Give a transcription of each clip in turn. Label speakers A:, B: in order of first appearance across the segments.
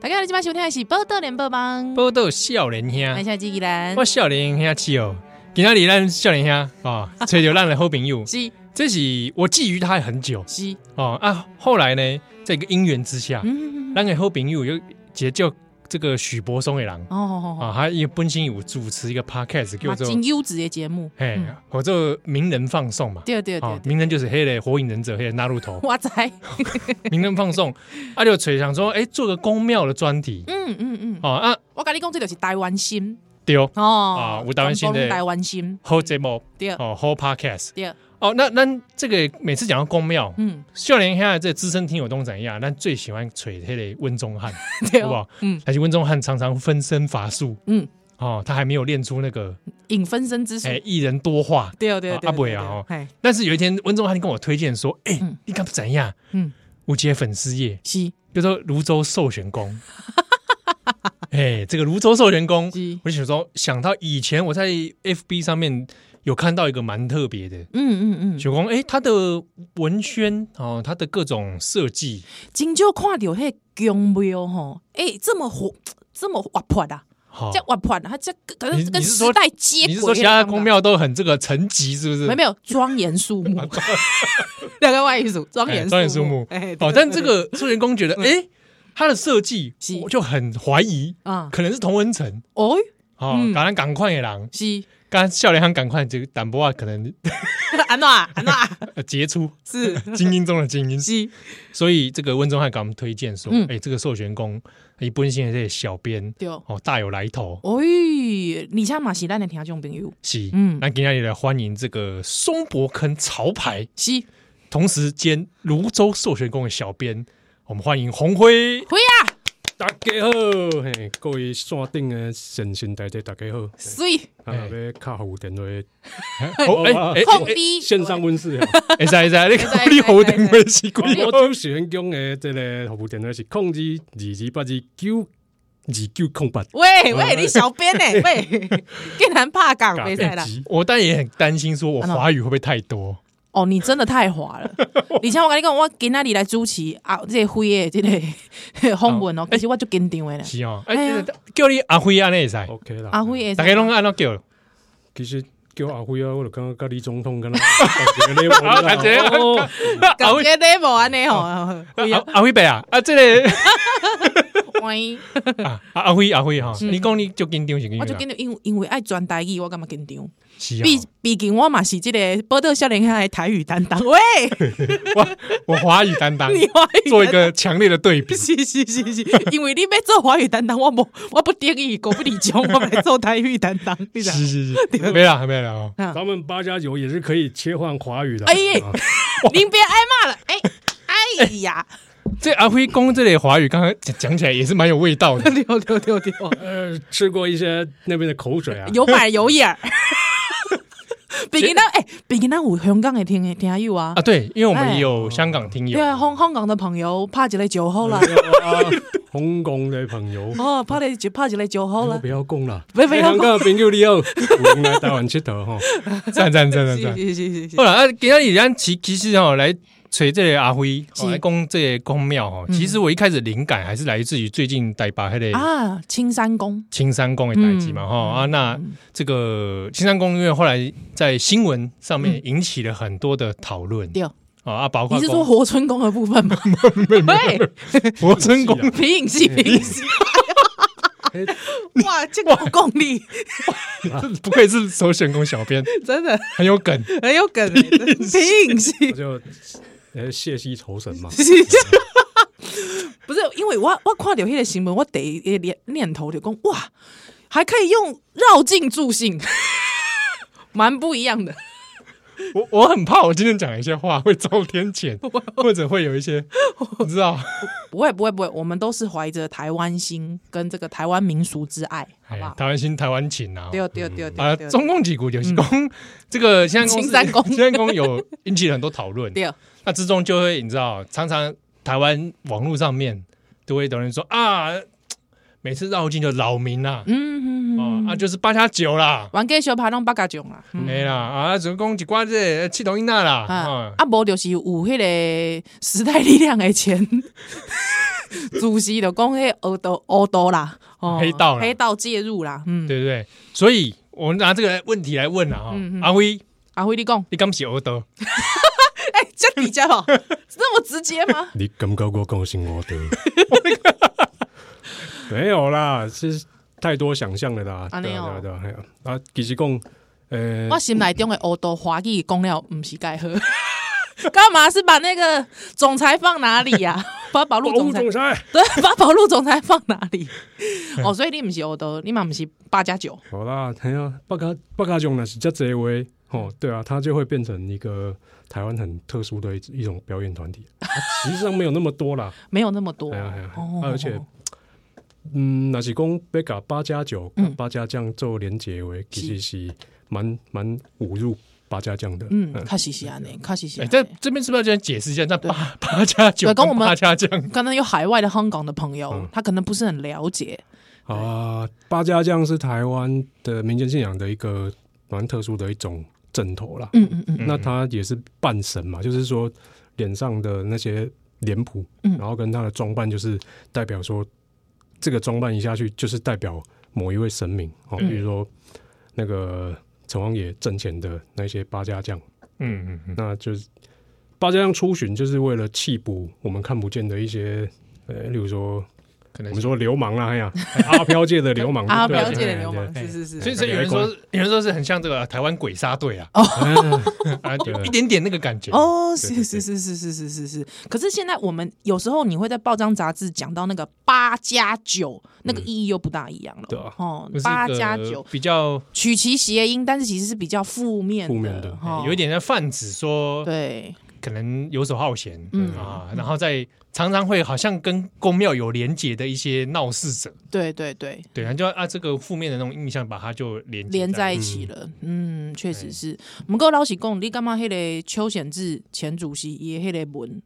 A: 大家好，今晚收听的是《报道联播网》，哎
B: 报道少年
A: 我
B: 兄，
A: 是纪兰，
B: 我，少年兄气哦，今天里咱少年兄哦，吹流浪的好朋友
A: 是
B: 这是我觊觎他很久
A: 是，
B: 哦啊，后来呢，在一个因缘之下，
A: 嗯，
B: 咱的好朋友有结叫这个许博松的人
A: 哦哦，
B: 啊，他因为本身有主持一个 podcast 叫
A: 马
B: 做
A: 金优质的节目，
B: 哎
A: 嗯，
B: 我做名人放送嘛，
A: 对对嗯对
B: 啊，
A: 对，，
B: 名人就是黑的火影忍者，黑的纳入头
A: 哇塞，
B: 名人放送，啊就吹想说，哎，做个公庙的专题
A: 嗯嗯嗯，
B: 哦啊，
A: 我跟你讲，这就是台湾心
B: 丢
A: 哦，
B: 啊有台湾心的
A: 全部台湾心，
B: 好节目
A: 对
B: 哦，好 podcast。
A: 对，
B: 哦，那那这个每次讲到公庙，
A: 嗯，
B: 笑年下这资深听友都怎样？咱最喜欢吹黑的温宗 汉，
A: 对
B: 好不
A: 哦，
B: 好？
A: 嗯
B: 而且温宗汉常常分身乏术，
A: 嗯，
B: 哦，他还没有练出那个
A: 引分身之术，
B: 哎一人多话。
A: 对对对，对
B: 啊不会啊哦，
A: 对对嘿，
B: 但是有一天，温宗汉跟我推荐说：“哎、
A: 嗯
B: 你刚怎样？
A: 嗯，
B: 我接粉丝页，
A: 是
B: 叫做泸州寿玄宫。 哎，这个泸州寿玄宫，
A: 是，
B: 我就想说，想到以前我在 FB 上面有看到一个蛮特别的，
A: 嗯嗯嗯，
B: 九宫，哎、它的文宣哦，它的各种设计，
A: 真少看到迄宫庙吼，哎，这么活，这么活泼啊，
B: 好、
A: 这活泼啊，它这跟
B: 哦你
A: 跟跟
B: 你是
A: 时
B: 说
A: 代接轨，
B: 你是说其他的宫？庙都很这个层级是不是？
A: 没没有庄严肃 穆， 两个外语组庄
B: 哎
A: 严
B: 庄严肃穆
A: 哎，对嗯
B: 哦，但这个苏员工觉得，哎、它的设计
A: 是
B: 我就很怀疑，
A: 啊，
B: 可能是同文层
A: 哦，
B: 哦，
A: 嗯
B: 赶快赶快的人，
A: 是
B: 刚笑脸行赶快这个淡薄啊，可能
A: 安怎啊安怎
B: 呃杰出
A: 是
B: 精英中的精英，
A: 是，
B: 所以这个温宗汉给我们推荐说，哎、
A: 嗯
B: 这个寿玄宫一般性的这些小编
A: 对哦，
B: 哦大有来头，
A: 而且嘛是咱的听众朋友，
B: 是，
A: 嗯
B: 那今天来欢迎这个松柏坑潮牌。
A: 是
B: 同时兼泸州授权工的小编，我们欢迎红辉。
A: 会啊，
C: 大家好，嘿，各位山顶的神仙大姐，大家好。
A: 所以
C: 啊，要卡服务电话，
B: 哦，哎哎
A: 控低
C: 线上温室哦。
B: 哎，在在， 你
A: 可以
B: 你好顶位是鬼
C: 我主持人讲的这个服务电话是控制二二八二九二九空八。
A: 喂喂，你小编呢？喂，竟然怕港没赛 啦！
B: 我但也很担心，说我华语会不会太多？
A: 哦，你真的太滑 了。而且我跟你讲，我今仔日来主持啊，这个会的这 个访问哦，其实我就紧张的了。
B: 是哦，
A: 哎呀
B: 哎，叫你阿辉啊，那也在，
C: OK 啦。
A: 阿，辉，
B: 大家拢按照叫，
C: 其实叫阿辉啊，我就感觉跟李总统跟他感觉咧，我
B: 啊感觉
C: 哦，
B: 阿
A: 感
B: 辉
A: 觉 level 安 尼吼，辉啊
B: 阿阿辉伯哦啊，啊， 这个
A: 喂。
B: 啊阿阿辉阿辉哈，你讲你就紧张是紧
A: 我就
B: 张
A: 紧，张，因为因为爱转台语，我感觉紧张。
B: 是啊，
A: 毕毕竟我嘛是这个报道少年下的台语担当， 喂，
B: 我华语担 当，
A: 你华语担当。
B: 做一个强烈的对 比
A: 是是是是，因为你要做华语担当，我无我不得已，狗不理解，我来做台语担当，你知道吗？
B: 是啊是是，没了没了哦，
C: 咱们八加九也是可以切换华语的。
A: 哎呀
C: 啊
A: 您别挨骂了，哎哎 呀，
B: 这阿辉公这类华语，刚刚讲讲起来也是蛮有味道 的。
A: 六六六六，
C: 呃，吃过一些那边的口水啊，
A: 有板有 眼儿。毕竟咱哎，毕竟咱有香港的听听友啊
B: 啊，，对，因为我们
A: 哎
B: 也有香港听友
A: 对，啊，香香港的朋友拍一个酒后啦，
C: 啊，红工的朋友。
A: 哦，拍一个拍一个酒后
C: 我
A: 啦
C: 不，要讲啦，
A: 不不要讲
C: 香港的朋友你好，我们来台湾佚佗吼。
B: 赞赞赞 赞
A: 是
B: 赞。
A: 是是是是
B: 后，来啊，今天你咱其其实哦来锤这个阿辉，
A: 是嗯
B: 哦来攻这个公庙哦。其实我一开始灵感还是来自于最近台北迄个
A: 啊，青山宫，
B: 青山宫的代志嘛
A: 嗯
B: 哈啊。那这个青山宫因为后来在新闻上面引起了很多的讨论
A: 对。
B: 哦啊，包括
A: 你是说活春宫的部分吗？喂，
B: 博春宫
C: 是啊
A: 皮影戏，皮影戏，
C: 哎
A: 哇，这个功力
B: 不愧是首选宫小编，
A: 真的
B: 很有梗。
A: 很有梗欸，真的皮影戏
C: 我就呃谢西仇神嘛，
A: 不是因为我我看到那个新闻，我第一个念念头就讲哇，还可以用绕境助兴，蛮不一样的。
B: 我我很怕我今天讲一些话会遭天谴，或者会有一些你知道。
A: 不会不会不会，我们都是怀着台湾心跟这个台湾民俗之爱，好
B: 哎
A: 不好？
B: 台湾新台湾情啊！
A: 对对对对
B: 啊，
A: 对，哦嗯
B: 中共几股就是公这个现在公司
A: 青山公
B: 青山公有引起了很多讨论，
A: 对哦嗯
B: 那之中就会你知道，常常台湾网络上面都会有人说啊，每次绕境就扰民啦，
A: 嗯，
B: 哦啊就是八加九啦，
A: 玩 gay 小爬弄八嘎囧啦，嗯
B: 没啦啊，总共一挂这气头音娜啦，
A: 啊
B: 啊，
A: 啊，无就是有迄个时代力量的钱， 主席就讲迄黑道黑道啦，哦
B: 黑道啦
A: 黑道介入啦，嗯，
B: 对不对？所以我们拿这个问题来问啊，哈
A: 嗯嗯
B: 阿辉，
A: 阿辉你讲，
B: 你刚写欧德，
A: 哎，这底家哦，这么直接 吗？
C: 你感觉我讲是 我的？没有啦，是太多想象了啦。
A: 这
C: 对
A: 样
C: 啊
A: 哦
C: 对啊对啊，嘿啊，啊其实讲，呃
A: 我，心内中的黑道华语讲了，不是盖喝， 干嘛是把那个总裁放哪里呀、把宝路
C: 保
A: 总
C: 护
A: 裁
C: 总裁，
A: 对，把宝路总裁放哪里？哦，所以你不是黑道，你嘛不是八加九，
C: 好啦，哎呀，八嘎八嘎囧呢是叫这位哦，对啊，他就会变成一个台湾很特殊的一一种表演团体，啊实际上没有那么多啦。
A: 没有那么多
C: 哎呀哎呀，
A: 哦
C: 啊而且，嗯，那是讲被甲八加九、
A: 嗯
C: 八加酱做连结为，其实是蛮蛮侮辱八加酱的。
A: 嗯，确实是安尼，确实是
B: 哎，
A: 安尼。
B: 这这边是不是要这样解释一下？那八八加九
A: 对跟我
B: 跟
A: 们
B: 八加酱
A: 可能有海外的香港的朋友，
C: 嗯
A: 他可能不是很了解。
C: 啊，八家将是台湾的民间信仰的一个蛮特殊的一种阵头啦。
A: 嗯嗯嗯，
C: 那它也是半神嘛，就是说脸上的那些脸谱，
A: 嗯
C: 然后跟他的装扮，就是代表说这个装扮一下去，就是代表某一位神明哦，
A: 嗯
C: 比如说那个城隍爷挣钱的那些八家将，
B: 嗯嗯嗯，
C: 那就是八家将出巡，就是为了弃补我们看不见的一些。呃，例如说，
B: 可
C: 我
B: 能
C: 们
B: 是。
C: 说流氓啦，哎呀，阿飘界的流 氓，
A: 阿
C: 对啊
A: 表
B: 了
A: 姐
B: 解
A: 的
C: 对
A: 流
C: 对
A: 氓
B: 对
A: 是是是，
B: 所以所以有人说，有人说是很像这个台湾鬼杀队啊， 啊，有一点点那个感觉。
A: 哦，
B: 对对
A: 是是是是是是是是。可是现在我们有时候你会在报章杂志讲到那个八加九，那个
B: 嗯
A: 意义又不大一样了。
C: 对啊
A: 哦
B: 就是一，个
A: 八加九
B: 比较
A: 取其谐音，但是其实是比较负面
C: 负面的
A: 哈，
B: 有一点在泛指说，
A: 哦对，
B: 可能游手好闲
A: 嗯
B: 啊，然后再常常会好像跟公庙有连结的一些闹事者，
A: 对对对，
B: 对，然后就按这个负面的那种印象把它就连结
A: 连在一起了。嗯，确实是。我们够老实讲，你干嘛？迄个邱显志前主席也迄个文，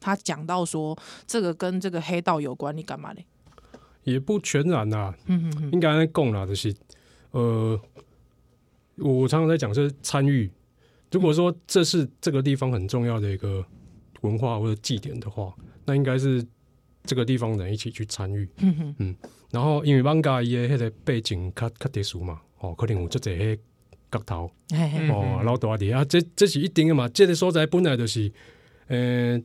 A: 他讲到说这个跟这个黑道有关，你干嘛嘞？
C: 也不全然啊啦、
A: 嗯嗯嗯，
C: 应该在供啦，就是呃，我常常在讲是参与。如果说这是这个地方很重要的一个文化或者祭典的话，那应该是这个地方人一起去参与。
A: 嗯哼
C: 然后因为邦嘎伊的迄个背景较较特殊嘛，哦，可能有这些角头
A: 嘿嘿
B: 嗯
C: 哦，老大的啊，这这是一定的嘛。这个所在本来就是，呃，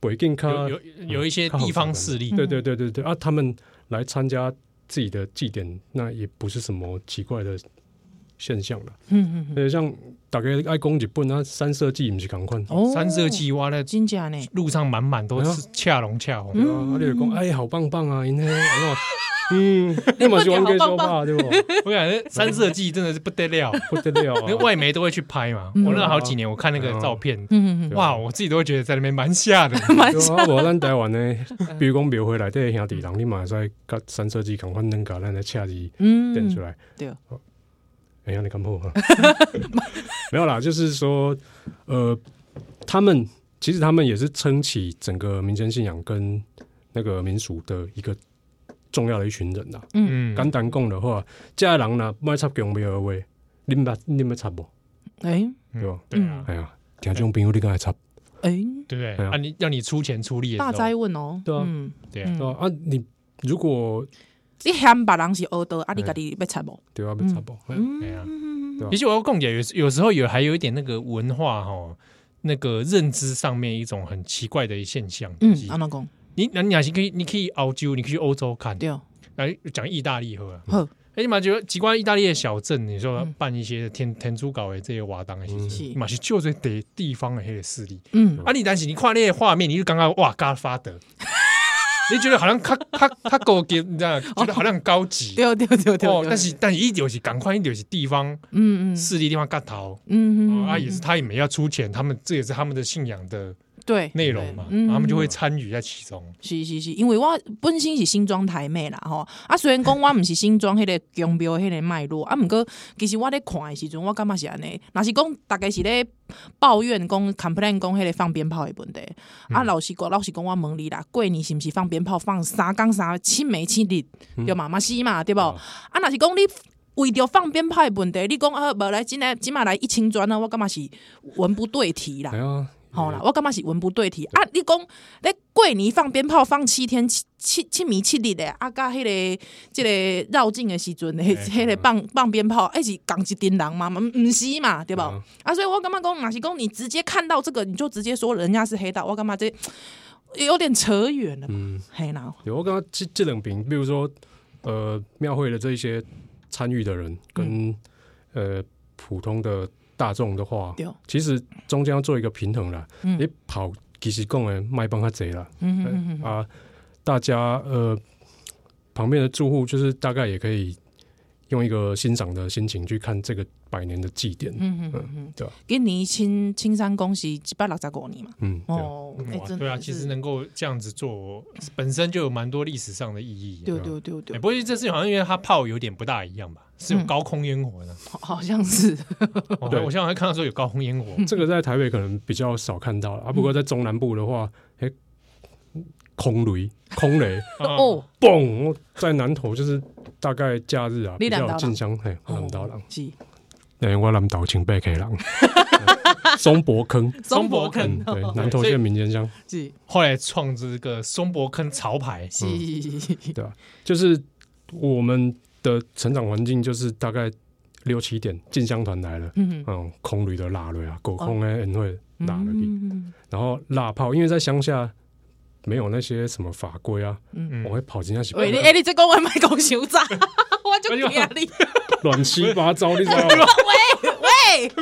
C: 背景较
B: 有有有一些地方势力
A: 嗯，
C: 对对对对对啊，他们来参加自己的祭典，那也不是什么奇怪的现象了。
A: 嗯嗯嗯，
C: 呃，像大概爱攻日本啊，三色祭不是同款。
A: 哦
B: 三色，鸡蛙的
A: 真假呢？
B: 路上满满
C: 哎
B: 都是恰龙恰红，
C: 对
A: 嗯
C: 啊，啊你就讲哎，好棒棒啊，因为 啊，嗯，那么喜欢跟说话对不？
B: 我感觉三色鸡真的是不得 了，
C: 不得了
B: 那
C: 啊！
B: 外媒都会去拍嘛。
A: 嗯
B: 我那好几年，我看那个照片，
A: 嗯嗯
C: 对啊
B: 哇，我自己都会觉得在那边蛮吓的。
A: 嗯，蛮
C: 对啊，无咱台湾呢，比如讲庙会内底的兄弟人，你嘛会使甲三色祭同款能甲咱的车字点出
A: 嗯，
C: 来。
A: 对，
C: 哎呀，你干破啊？ 没有啦，就是说，呃，他们其实他们也是撑起整个民间信仰跟那个民俗的一个重要的一群人呐。
B: 嗯，
C: 简单讲的话，这些人呐，莫插强庙的话，你捌你捌插无？
A: 哎
B: 嗯
C: 对吧
B: 对啊，
C: 哎呀，听这种朋友你敢会插？
A: 哎，
B: 对不对？
C: 对啊
B: 啊，你要你出钱出力的
A: 大
B: 时
A: 灾
B: 候，
A: 问哦，
C: 对啊
A: 嗯
B: 对啊
A: 嗯
C: 对啊啊，你如果
A: 你嫌别人是黑道，啊，你家己被拆无？
C: 对啊，被插无，哎
B: 对啊。
A: 嗯
C: 对啊
B: 其实我要共姐有有时候有还有一点那个文化哈，那个认知上面一种很奇怪的现象。
A: 嗯
B: 就是，
A: 安怎讲？
B: 你那你还是可以，你可以澳洲，你可以去欧洲看，
A: 对，
B: 来讲意大利好了。
A: 好，
B: 哎，你嘛觉得几关意大利的小镇，你说
A: 嗯
B: 办一些天天主教的这些瓦当的事
A: 是
B: 情，嘛是就这得地方的黑个势力。
A: 嗯
B: 啊，你但是你看那个画面，你就刚刚哇嘎 发的，你觉得好像咔咔咔高级，你知道，觉得好像很高级。
A: 哦对对对对
B: 哦，，
A: 对
B: 但是但是一就是赶快，一就是地方
A: 嗯嗯
B: 势力地方干逃，
A: 嗯嗯，
B: 哦啊也是他也没要出钱，他们这也是他们的信仰的
A: 对
B: 内容嘛，
A: 嗯
B: 然后他们就会参与在其中。
A: 是是是，因为我本身是新庄台妹啦吼，啊虽然讲我毋是新庄迄个江标迄个脉络，啊毋过其实我咧看的时阵，我感觉是安尼，若是讲大概是咧抱怨讲 complain 讲迄个放鞭炮的问题，啊老实讲老实讲我问你啦，过年是毋是放鞭炮放三工三七暝七日，对嘛嘛是嘛对无啊若是讲你。为着放鞭炮的问题，你讲啊，无来，今来今嘛来一清砖啊，我感觉是文不对题啦
C: 哎。呀，
A: 好啦，我感觉是文不对题啊！你讲咧过年放鞭炮放七天七七七米七日的，啊，甲迄、个即、个绕境的时阵，迄、迄
C: 嗯
A: 个放放鞭炮，迄是共一丁人嘛？毋毋是嘛，对无
C: 嗯
A: 啊，所以我感觉讲，若是讲你直接看到这个，你就直接说人家是黑道，我感觉这有点扯远了嘛？
C: 嗯，
A: 嘿啦，
C: 有我刚刚这这两饼，比如说呃庙会的这一些参与的
A: 嗯
C: 人跟、呃普通的大众的话，
A: 对，
C: 其实中间要做一个平衡啦。
A: 嗯
C: 你跑其实讲的卖帮他贼啦，
A: 嗯
C: 呃
A: 嗯嗯嗯，
C: 啊，大家呃旁边的住户就是大概也可以用一个欣赏的心情去看这个百年的祭典，
A: 嗯嗯嗯嗯，
C: 对啊
A: 今年青青山宫是一百六十五年嘛？
C: 嗯，对啊
A: 哦，哎、
B: 哇，
A: 真的
B: 对啊，其
A: 是
B: 实能够这样子做，本身就有蛮多历史上的意义。
A: 对对对对
B: 哎，不，过这次好像因为它炮有点不大一样吧，是有
A: 嗯
B: 高空烟火 的。
A: 好好像是，
B: 哦
C: 对
B: 我想想看到说有高空烟火，
A: 嗯
C: 这个在台北可能比较少看到了啊，不过在中南部的话，哎、空雷，空雷，
B: 啊
A: 哦，
C: 嘣！在南投就是大概假日啊，
A: 你
C: 比较
A: 南
C: 有
A: 投
C: 进香，嘿，我南投
A: 哦
C: 人，
A: 是
C: 哎、我南投清北溪人， 松柏 坑，
B: 松柏坑
A: 哦
C: 嗯，对，南投县民间乡，
A: 是
B: 后来创这个松柏坑潮牌，
A: 是是是是，
C: 对吧、就是我们的成长环境就是大概六七点进香团来了，
A: 嗯
C: 嗯，空旅的腊瑞啊，狗空哎，会
A: 嗯
C: 腊了去，
A: 嗯
C: 然后腊炮，因为在乡下没有那些什么法规啊，
B: 嗯
C: 我会跑进那些
A: 喂，你哎，你这讲话卖讲小渣， 我就
B: 哎
A: 惊你，
C: 乱七八糟，你知道 吗？
A: 喂，啊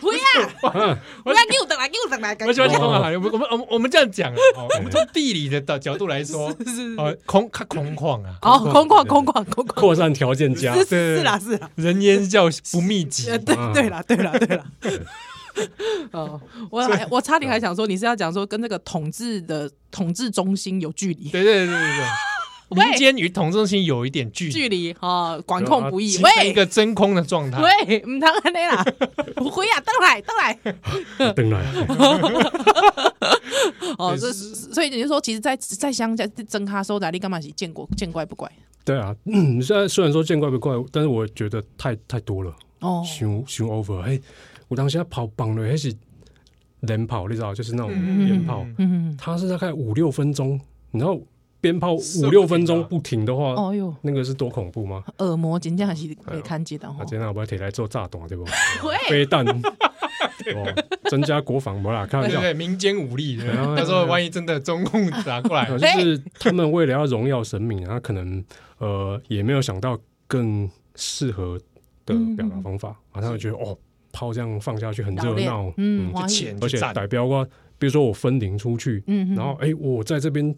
A: 不要，
C: 嗯
A: 不要，又等来，又等来，
B: 我喜
A: 赶
B: 欢这
A: 紧
B: 种啊，我们我们我们我们这样讲啊，哦我们从地理的角角度来说，
A: 是是
B: 哦，空看空旷啊，
A: 哦，空旷，空旷，空旷，
C: 扩散条件加
A: 是是啦，是啦，
B: 人烟较不密 集
A: 呃，，对对啦，对啦，对 啦。哦，我还我差点还想说，你是要讲说跟那个统治的统治中心有距离，
B: 对对对对对。
A: 喂
B: 民间与同中心有一点距离，
A: 距离啊，管控不易。
B: 形成一
A: 喂
B: 个真空的状态。
A: 喂，唔通安尼 啦，回啊，倒来，倒来。
C: 等来啊。
A: 哦，
B: 对
A: 这所以你就说，其实在，在乡下真咖收仔，你干嘛是见过见怪不怪
C: 对啊，嗯，虽然虽然说见怪不怪，但是我觉得太太多了，
A: 哦
C: 熊熊 over。嘿，我当时在跑棒了，还是连跑，你知道，就是那种
B: 嗯
C: 鞭炮，
A: 嗯，
C: 它是大概五六分钟，然后鞭炮
B: 射不停啊哦
C: 五六分钟不停的话，
A: 哦哟，
C: 那个是多恐怖吗？
A: 耳膜真正是被看见的吼哦
C: 啊，，今天我把铁来做炸弹，对不？
A: 喂，
C: 飞 弹，哦，增加国防，没啦，
B: 对
C: 开玩
B: 对
C: 笑。
B: 对，民间武力，对
C: 哎呀
B: 到时候万一真的中共打过来
A: 嗯
C: 啊，，就是他们为了要荣耀神明，他啊可能呃也没有想到更适合的表达方法，啊，他们觉得哦，炮这样放下去很热
A: 嗯老练
C: 闹，
A: 嗯，
B: 就
A: 欢喜，
B: 钱
C: 而
B: 就
C: 且
B: 占，
C: 代表我，比如说我分灵出去，
A: 嗯，嗯
C: 然后哎、我在这边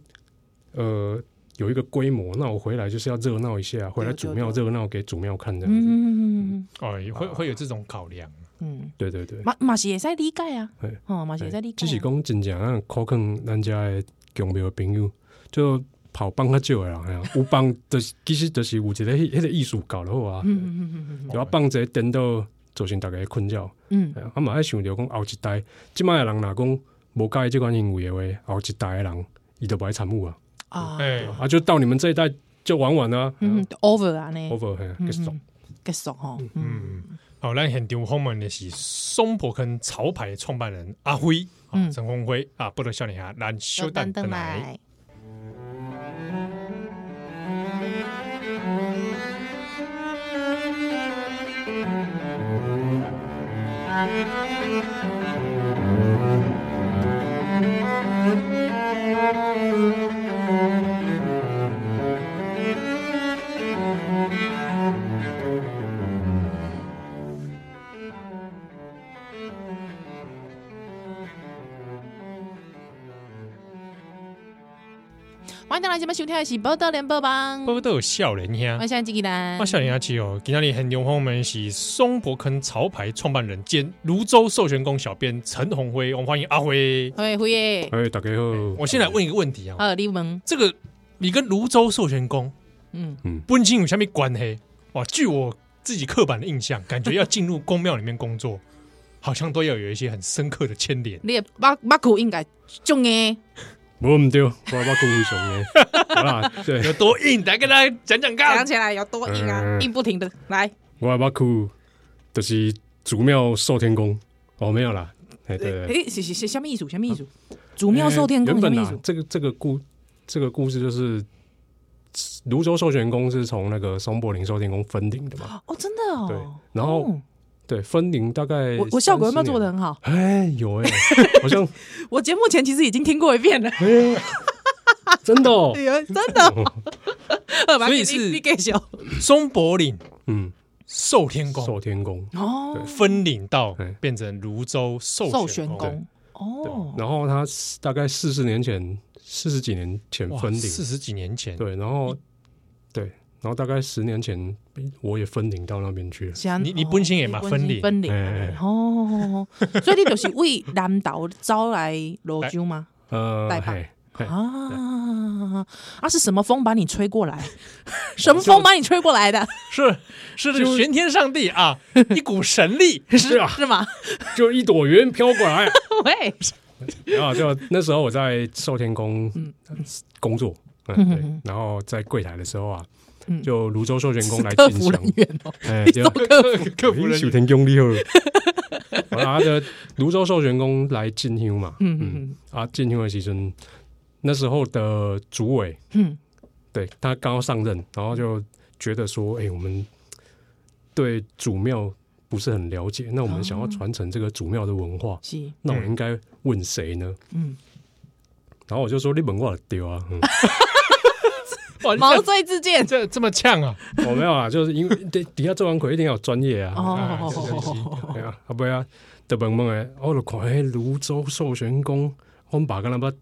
C: 呃有一个规模，那我回来就是要热闹一下，
A: 啊
C: 回来主庙热闹给主庙看这样
A: 嗯
C: 子，
A: 嗯嗯
B: 哦，也
C: 啊
B: 会会有这种考量。
A: 嗯，
C: 对对对，
A: 嘛嘛是会使理解啊，哦，嘛是会使理解，
C: 哎只是讲真正咱靠近咱家的强庙的朋友，就跑帮较少的 啦，哎呀，有帮就是其实就是有一个迄、那个艺术搞了好啊，
A: 嗯嗯嗯
C: 有啊帮者颠倒造成大家的困扰，
A: 嗯
C: 哎呀啊嘛爱想着讲后一代，即摆的人若讲无介意即款行为的话，后哦一代的人伊就不爱参与啊，
A: 啊，
B: 哎，
C: 啊就到你们这一代就玩完啊、哎呀
A: 嗯，over 啊呢
C: over 嘿、结束。
A: 结束哦吼，
B: 嗯，好，咱现场访问的是松柏坑潮牌创办人阿辉啊，
A: 嗯
B: 陈宏辉啊，不得笑脸啊，咱休蛋等来。，
A: 欢迎大家今晚收听的是《报道联播网》，
B: 不过都有笑脸呀
A: 我。是吉兰
B: 那，笑脸阿七哦，今天很牛红们是松柏坑潮牌创办人兼泸州授权工小编陈红辉，我们欢迎阿辉。
A: 会辉耶，
C: 哎，大家好，
B: 我先来问一个问题啊，
A: 好，你问，
B: 这个你跟泸州授权工
A: 嗯，
B: 本金有下面关黑哇？据我自己刻板的印象，感觉要进入宫庙里面工作，好像都要有一些很深刻的牵连。
A: 你的马马口应该重诶，
C: 我唔对，我我顾无熊的， 好啦，对，
B: 有多硬？来跟大家讲讲
A: 讲
B: 看。
A: 起来有多硬
B: 呃
A: 啊，
C: 嗯
A: 硬不停的来，
C: 我我顾就是祖庙寿天宫，哦，没有啦，哎，对对对，
A: 诶，是是是，什么意思？什么意思？祖
B: 呃
A: 庙寿天宫什
C: 原本
A: 么意
C: 啊
A: 思，？
C: 这个这个故这个故事就是泸州授权宫是从那个松柏林寿天宫分灵的嘛，
A: 哦，真的
C: 对
A: 哦，，
C: 然后
A: 哦
C: 对分灵大概
B: 呃
A: 我我效果有没有做的
C: 30
A: 很
C: 年？
A: 好？
C: 哎，有哎， 好像
A: 我节目前其实已经听过一遍 了，
C: 哎，真 的哦，
A: 哎呦真的，
B: 所以是
A: 你你给笑
B: 松柏岭
C: 嗯，
B: 寿天宫
C: 寿天宫，
A: 哦，
B: 分领到
C: 对
B: 变成泸州
A: 寿
B: 授
A: 玄
B: 权宫，
A: 宫哦，
C: 然后他大概四十年前，四十几年前
B: 哇
C: 分，灵，
B: 四十几年前，
C: 对，然后对，然后大概十年前我也分灵到那边去了，
A: 是安
B: 你你本身也嘛
A: 哦你
B: 分
A: 本身
B: 灵
A: 分灵
C: 哎
A: 哦哦，哦哦所以你就是为南岛招来泸州吗？
C: 呃
A: 拜，拜
C: 嘿，嘿
A: 啊啊！是什么风把你吹过 来？什么风把你吹过来的？
B: 是是这个玄天上帝 啊，一股神力。
C: 是啊，
A: 是 吗？
C: 就一朵云飘过来
A: 喂，
C: 啊！就那时候我在寿天宫
A: 嗯
C: 工作，
A: 嗯
C: 嗯，
A: 嗯嗯
C: 对，然后在柜台的时候啊
A: 嗯，
C: 就泸州寿全宫来
A: 客
C: 进
A: 服
C: 香
A: 人，员哦，
C: 哎，
A: 你
C: 就
A: 做客服
B: 客服人
C: 寿天宫厉害。啊，的泸州寿全宫来进香嘛，
A: 嗯嗯
C: 啊，进香的时阵，那时候的主委
A: 嗯
C: 对他刚刚上任，然后就觉得说，哎、我们对祖庙不是很了解，那我们想要传承这个祖庙的文化，
A: 是
C: 那我应该问谁呢？
A: 嗯，
C: 然后我就说，你本我丢啊，嗯
B: 哇，
A: 毛
B: 这
A: 遂自荐
B: 这这么呛啊！
C: 我、没有啊，就是因为底底下做完鬼一定要有专业啊，
A: 哦
B: 这这这
C: 对啊，啊不然啊，就问哦问诶，我就看迄泸州寿玄宫，阮爸敢若捌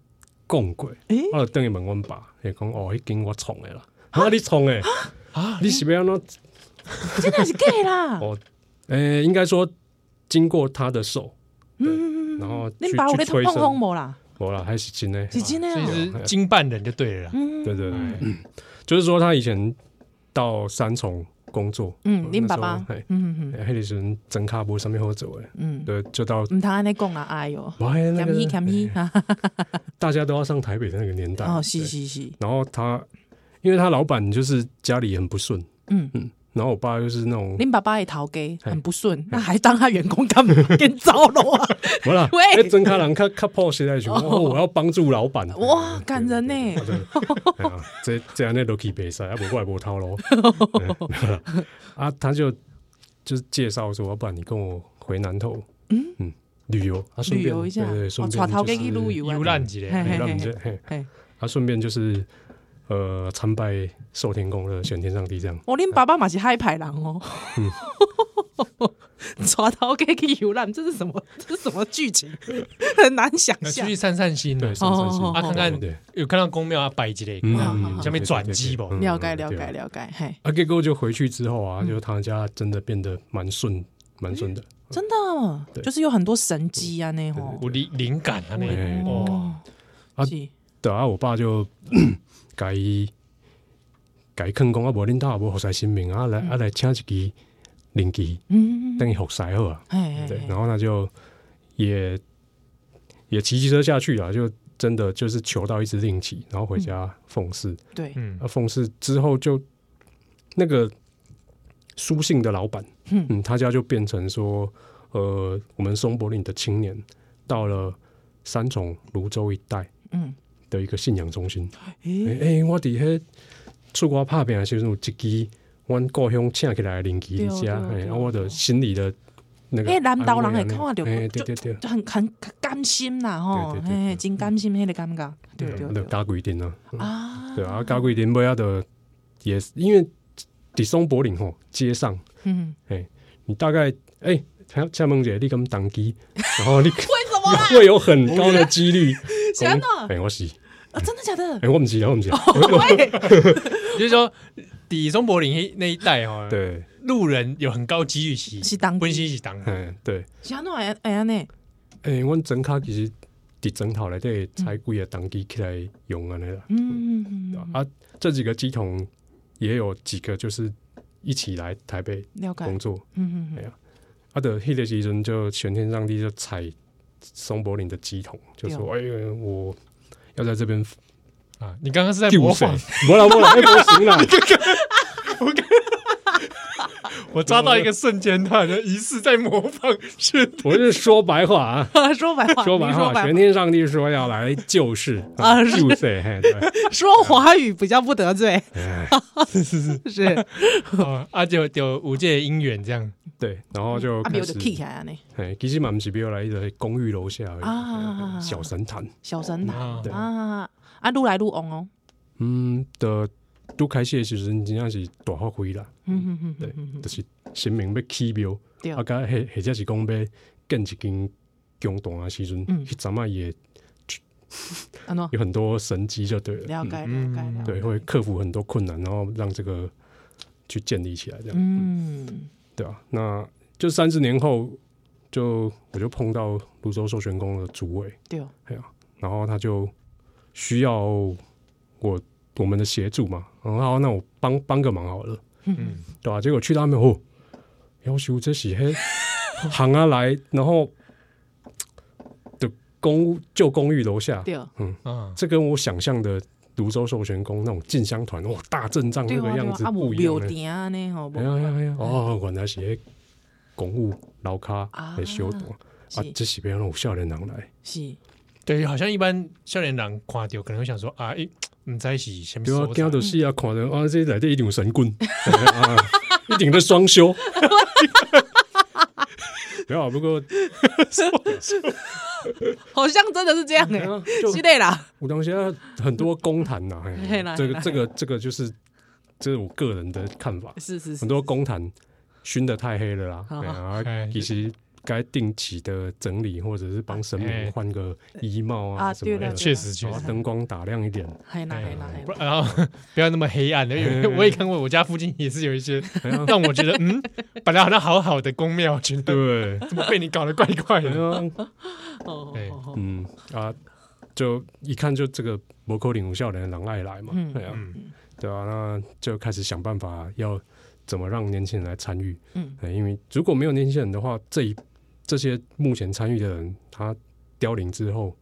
C: 讲过，
A: 诶
C: 我就等于问阮爸，伊讲哦，迄间我创诶啦，啊你创诶，啊你是要安怎？
A: 真的是 gay 啦！
C: 哦，诶，应该说经过他的手，
A: 嗯，
C: 然后去
A: 恁把我
C: 去
A: 咧碰
C: 催
A: 碰
C: 生，啊
A: 无啦，
C: 无啦，还是真诶，
A: 是真的
B: 所以
A: 哦。
B: 是经办人就对了啦。
A: 嗯
C: 对对对，嗯就是说他以前到三重工作，
A: 嗯，
C: 哦那
A: 恁爸
C: 时候
A: 爸，
C: 嘿
A: 嗯嗯
C: 迄个时阵整卡无上面好做诶，
A: 嗯，
C: 对，就到。
A: 唔通安尼讲啦，哎哟，
C: 哇，那
A: 谦虚
C: 个
A: 谦虚啊！
C: 大家都要上台北的那个年代
A: 哦，
C: 对
A: 是是是，
C: 然后他，因为他老板就是家里很不顺，
A: 嗯
C: 嗯，然后我爸就是那种，
A: 恁爸爸也逃给
C: 嘿
A: 很不顺，那还当他员工干嘛？更糟 了啊！
C: 不啦，
A: 喂
C: 哎，真开朗，看看破时代熊，哦，我要帮助老板，
A: 哇
C: 对
A: 感人呢，
C: 对对对哎呀这这样那都可以比赛，啊，不怪波涛 喽，嗯啊，他就就是介绍说，要不然你跟我回南投，嗯嗯，旅游，啊，顺
A: 旅
C: 便
A: 游一下，
C: 对对，顺
A: 哦，
C: 便
A: 带头
C: 就
A: 给
C: 是
A: 去旅游啊
B: 游，览级
A: 嘿
B: 嘞，
A: 嘿
C: 嘿，让
A: 嘿
C: 你这，嘿，
A: 嘿
C: 啊，顺便就是呃参拜寿天宫的玄天上帝这样。
A: 哦，恁爸爸嘛是海派人哦，
C: 嗯
A: 抓头给去游览，这是什么？这是什么剧情？很难想
B: 那出
A: 象
B: 去。散散心
C: 对，
B: 呢。
C: 上山西
A: 哦哦哦
B: 啊，看看
C: 对，
B: 有看到公庙啊摆之类，
C: 嗯
A: 好好
B: 嗯
A: 好
B: 下面转机不？
C: 嗯
A: 了解了。
C: 对
A: 解
C: 对
A: 了解，嘿，
C: 啊，结果就回去之后啊，就他家真的变得蛮顺，蛮顺的。
A: 真的
C: 对
A: 就是有很多神机啊那吼
B: 有，灵灵感啊那
C: 对
B: 哦，
C: 啊
A: 是
C: 对啊，我爸就 改改坑讲啊，无恁兜也无服侍神明啊，来啊来请一支灵机，
A: 嗯，
C: 等于服侍好啊。
A: 哎
C: 对，然后他就也也骑机车下去啊，就真的就是求到一只令旗，然后回家奉祀。
A: 对，
B: 嗯
C: 啊，奉祀之后就那个书信的老板，
A: 嗯
C: 嗯，他家就变成说，呃，我们松柏岭的青年到了三重、泸州一带
A: 嗯，
C: 的一个信仰中心。哎、
A: 诶，
C: 欸我伫迄出国拍拼的时候，有一支阮故乡请起来的灵旗
A: 对哦
C: 家，
A: 对哦
C: 哎、
A: 对哦
C: 啊，我的心里的那个
A: 诶
C: 安慰啊，
A: 南投人会看到
C: 哎、对对对，
A: 就很很很甘心啦吼
C: 对，对对
A: 嘿，
C: 对
A: 真甘心迄个感觉，对对
C: 就
A: 对，
C: 加规定啊，
A: 啊，
C: 对啊，加规定尾啊，的也是因为伫松柏岭吼街上。
A: 嗯，
C: 你大概哎，夏夏梦姐，你敢当机，然后你
A: 为什么啦？
C: 会有很高的几率
A: 天
C: 讲，
A: 哪
C: 哎，我是
A: 啊，真的假的？
C: 哎，我们急啊，我们急啊，
A: 喂，
B: 就是说 底中柏林那一带哦，
C: 对，
B: 路人有很高几率是
A: 是当地
B: 温馨是当地
C: 哎对，
A: 是安怎会会安尼？
C: 哎，阮整卡其实伫整头内底采几个当机起来用安尼啦，
A: 嗯嗯，嗯嗯
C: 啊，这几个机筒也有几个就是一起来台北
A: 了解。
C: 工作，
A: 嗯嗯
C: 哎呀，啊，的迄个时阵就玄天上帝就踩松柏林的鸡桶，就说：“哎
A: 哦
C: 呦，我要在这边
B: 啊。你刚刚
A: 哎
B: 是在模
C: 救谁
B: 仿，？
C: 我啦我啦，哎，不 行啦，
B: 我抓到一个瞬间，他好像疑似在模仿是
C: 我是说白话啊，
A: 嗯，说白话，
C: 说
A: 你
C: 白
A: 说
C: 话，玄天上帝说要来 救世啊，
A: 是
C: 救谁？嘿对，
A: 说华语比较不得罪，
C: 哎
A: 是
B: 啊，啊就就五届姻缘这样，
C: 对，然后就
A: 啊，
C: 开
A: 庙就起起
C: 始，
A: 来安尼，
C: 哎，其实嘛不是庙来的公寓楼下而已
A: 啊
C: 哎小神坛，
A: 小神坛
B: 啊
C: 对
A: 啊啊，愈来愈旺哦。
C: 嗯的。都开始的时阵，真正是大发挥啦，
A: 嗯嗯
C: 对
A: 嗯嗯，嗯
C: 就是神明要起庙，
A: 对
C: 啊，甲迄或者是讲要建一间宫殿的时阵，
A: 嗯
C: 迄阵啊也
A: 安怎
C: 有很多神机就对了，
A: 了解了
B: 嗯
A: 解了解，
C: 对，会克服很多困难，然后让这个去建立起来，这样、
A: 嗯，
C: 对啊，那就三十年后，就我就碰到泸州授权宫的主委，
A: 嗯对，
C: 哎呀、然后他就需要我我们的协助嘛，然后那我帮帮个忙好了，
B: 嗯，
C: 对啊，结果去到那边哦，要求这是嘿 行啊来，然后的公屋旧公寓楼下，
A: 对
B: 啊，
C: 这跟我想象的泸州授权宫那种进香团哇大阵仗
A: 对
C: 那个
A: 啊对
C: 样
A: 啊，
C: 子
A: 啊无
C: 不一
A: 庙
C: 样呢。
A: 埕安尼吼，
C: 哎
A: 无
C: 呀哎呀哎呀！哦，原来是那公务老卡来修
A: 啊
C: 图啊
A: 是，
C: 这是别让我少年人来，
A: 是，
B: 对，好像一般少年郎看到可能会想说啊，哎，唔在是什么
C: 对啊，
B: 所在
C: 惊到死啊！看着啊，这来底一定有神棍， 啊一定在双 修。对啊，不过
A: 好像真的 是这样
C: 哎
A: 诶，
C: 啊就是
A: 类啦，
C: 我当时啊很多公坛呐、嘿
A: 嘿啦
C: 这
A: 嘿
C: 个
A: 啦
C: 这个这个就是这是我个人的看 法，
A: 是是是
C: 很，多公坛熏的太黑了啦，
A: 好
C: 哎呀
B: 哎
C: 啊， 其实该定期的整理或者是帮神
B: 哎
C: 明换个衣帽
A: 啊
C: 啊什么
A: 对啦
C: 的，
A: 对
B: 确实确
C: 然后
A: 哦
B: 实，哎
C: 灯光打亮一点，
A: 嘿啦嘿啦嘿
B: 不
A: 啦，
B: 然后不要那么黑暗的，因为我也看过，我家附近也是有一些
C: 哎呀
B: 让我觉得嗯，本来好像好好的宫庙，觉得
C: 对，
B: 怎么被你搞得怪怪
C: 哎
B: 的，
C: 呀
A: 哦
B: 对
A: 哦哦，
C: 嗯啊，就一看就这个摩口岭无效人狼爱来嘛
A: 嗯，
C: 哎呀，
B: 嗯
C: 对啊，那就开始想办法要怎么让年轻人来参与。
A: 嗯
C: 哎，因为如果没有年轻人的话，这一这些目前参与的人，他凋零之后，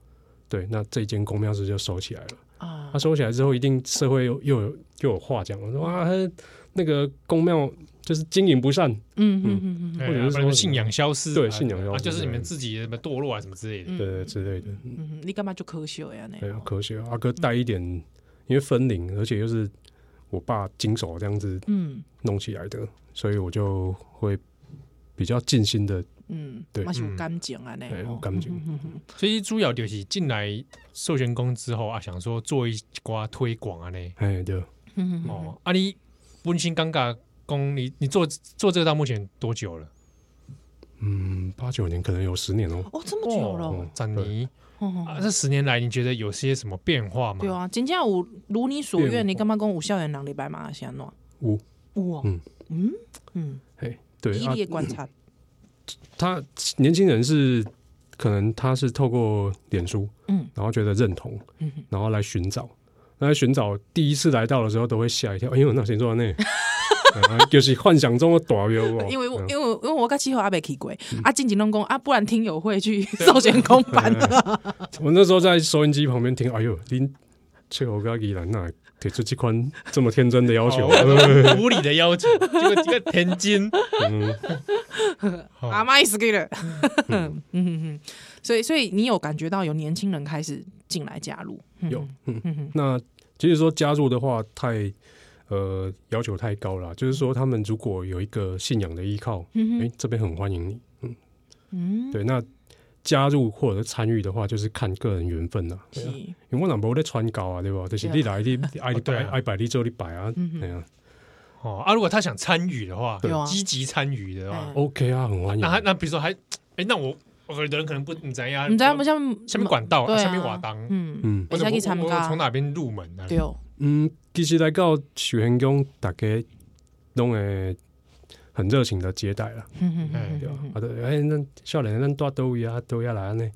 C: 对，那这间公庙是就收起来了。
A: 啊
C: 他，收起来之后，一定社会又又有又有话讲了，说啊，那个公庙就是经营不善，
A: 嗯嗯嗯嗯
B: 哎
C: 或者是
B: 要不然
C: 说
B: 信仰消失啊，
C: 对信仰消失
B: 啊就是你们自己什么堕落啊什么之类的，
A: 嗯
C: 对对之类的，
A: 嗯嗯，你干嘛就可惜呀？那
C: 对，可惜啊阿哥带一点，因为分灵，而且又是我爸经手这样子
A: 嗯
C: 弄起来的，所以我就会比较尽心的
A: 嗯，
C: 对
A: 嘛是有感情啊，那
C: 哎有感情
A: 嗯
B: 所以主要就是进来授权工之后啊，想说做一寡推广啊呢，
C: 哎对。
A: 嗯嗯哦，
B: 哦，啊你温馨尴尬工，你你做做这个到目前多久了？
C: 嗯，八九年可能有十年哦。
A: 哦，这么久了哦
B: 哦，展尼
A: 哦
B: 啊，
A: 哦，
B: 这十年来你觉得有些什么变化 吗？
A: 对啊，真正有如你所
C: 变
A: 愿，
C: 化
A: 你干嘛讲有校园人礼拜嘛是安怎样？
C: 五，
A: 有哦，
C: 嗯
A: 嗯嗯，
C: 嘿，对
A: 以
C: 啊
A: 你，的观察，
C: 他年轻人是可能他是透过脸书，
A: 嗯
C: 然后觉得认同，
A: 嗯哼
C: 然后来寻找。那在寻找第一次来到的时候，都会吓一跳，哎呦，那谁 做的呢？啊就是幻想中的大庙哦。
A: 因为我
C: 嗯
A: 因为我因为我跟七号阿伯去过，啊，静静拢讲啊，不然听友会 去授权公版
C: 嗯
A: 的，
C: 哎我那时候在收音机旁边听，哎呦，林切我跟伊兰娜提出这款这么天真的要求，
B: 哦无理的要求，结果这个 天津，
C: 嗯
B: 哦
A: 阿啊妈意思给了， 嗯嗯嗯，所以所以你有感觉到有年轻人开始进来加入，嗯
C: 有，嗯
A: 嗯哼
C: 那其实说加入的话，太呃要求太高了，就是说他们如果有一个信仰的依靠，
A: 嗯
C: 哎、
A: 哼
C: 这边很欢迎你。
A: 嗯，
C: 对，那加入或者是参与的话，就是看个人缘分啦。对啊
A: 是
C: 因为我老婆在传高啊，对吧？就是
A: 对啊
C: 你来你 你爱你
B: 对
C: 摆
B: 啊
C: 爱摆你做你摆啊，
A: 嗯哼
C: 哎呀
B: 哦啊，如果他想参与的话
A: 对啊，
B: 积极参与的话，
A: 嗯
C: ，OK 啊，很欢迎
B: 那。他那比如说还，哎，那我呃人可能不你怎
C: 啊
B: 样，啊
A: 毋知影要啥
B: 下面管道，
A: 对
B: 啊
A: 啊
B: 下面瓦当，
A: 嗯，
C: 嗯
B: 我
A: 会
B: 怎
A: 使去
B: 么
A: 参
B: 我我从
A: 加，
B: 哪边入门呢？啊
A: 对，哦
C: 嗯，其实来到许贤宫，大家拢会很热情的接待啦，
A: 嗯
B: 哎
A: 嗯
C: 对吧
A: 嗯？
C: 啊，对，哎，咱少年咱带都位啊，都要来呢，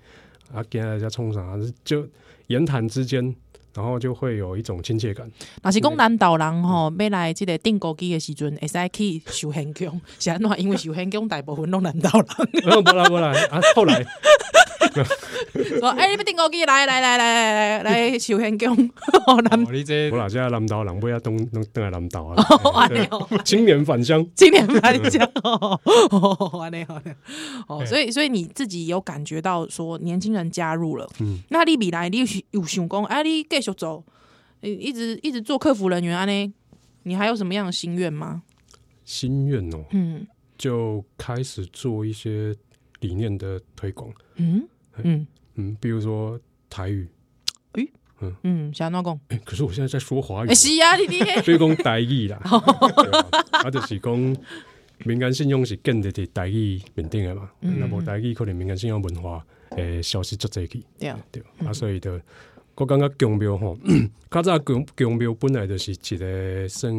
C: 啊，今日在冲啥？就言谈之间，然后就会有一种亲切感。
A: 若是讲南岛人吼，要来即个订购机的时阵，会使去寿贤宫， 是安怎？因为寿贤宫大部分拢南 岛人，
C: 然后不啦不啦，啊，后来
A: 说哎，你要订购机，来来来来来来寿贤宫，吼南
B: 哦你这
C: 我啦，现在南岛人不要东东东来南岛啊，
A: 岛安尼哦。
C: 青年返乡。
A: 今年颁奖 哦，哦，安尼好嘞，哦，
B: 对
A: 所以所以你自己有感觉到说年轻人加入了，
C: 嗯
A: 那你未来你有有想讲，哎、啊，你继续走，你一直一直做客服人员安尼，你还有什么样的心愿吗？
C: 心愿哦，
A: 嗯
C: 就开始做一些理念的推广，
A: 嗯嗯
C: 嗯，比如说台语，
A: 嗯，想怎讲，
C: 哎、可是我现在在说华语
A: 哎、，是啊，你你
C: 所以讲台语啦，
A: 哦
C: 对啊啊，就是讲民间信用是建立伫台语面顶的嘛，
A: 嗯
C: 那无台语可能民间信用文化诶消失足济去，
A: 对啊，
C: 对，啊，所以就我感觉强庙吼， 较早强强庙本来就是一个算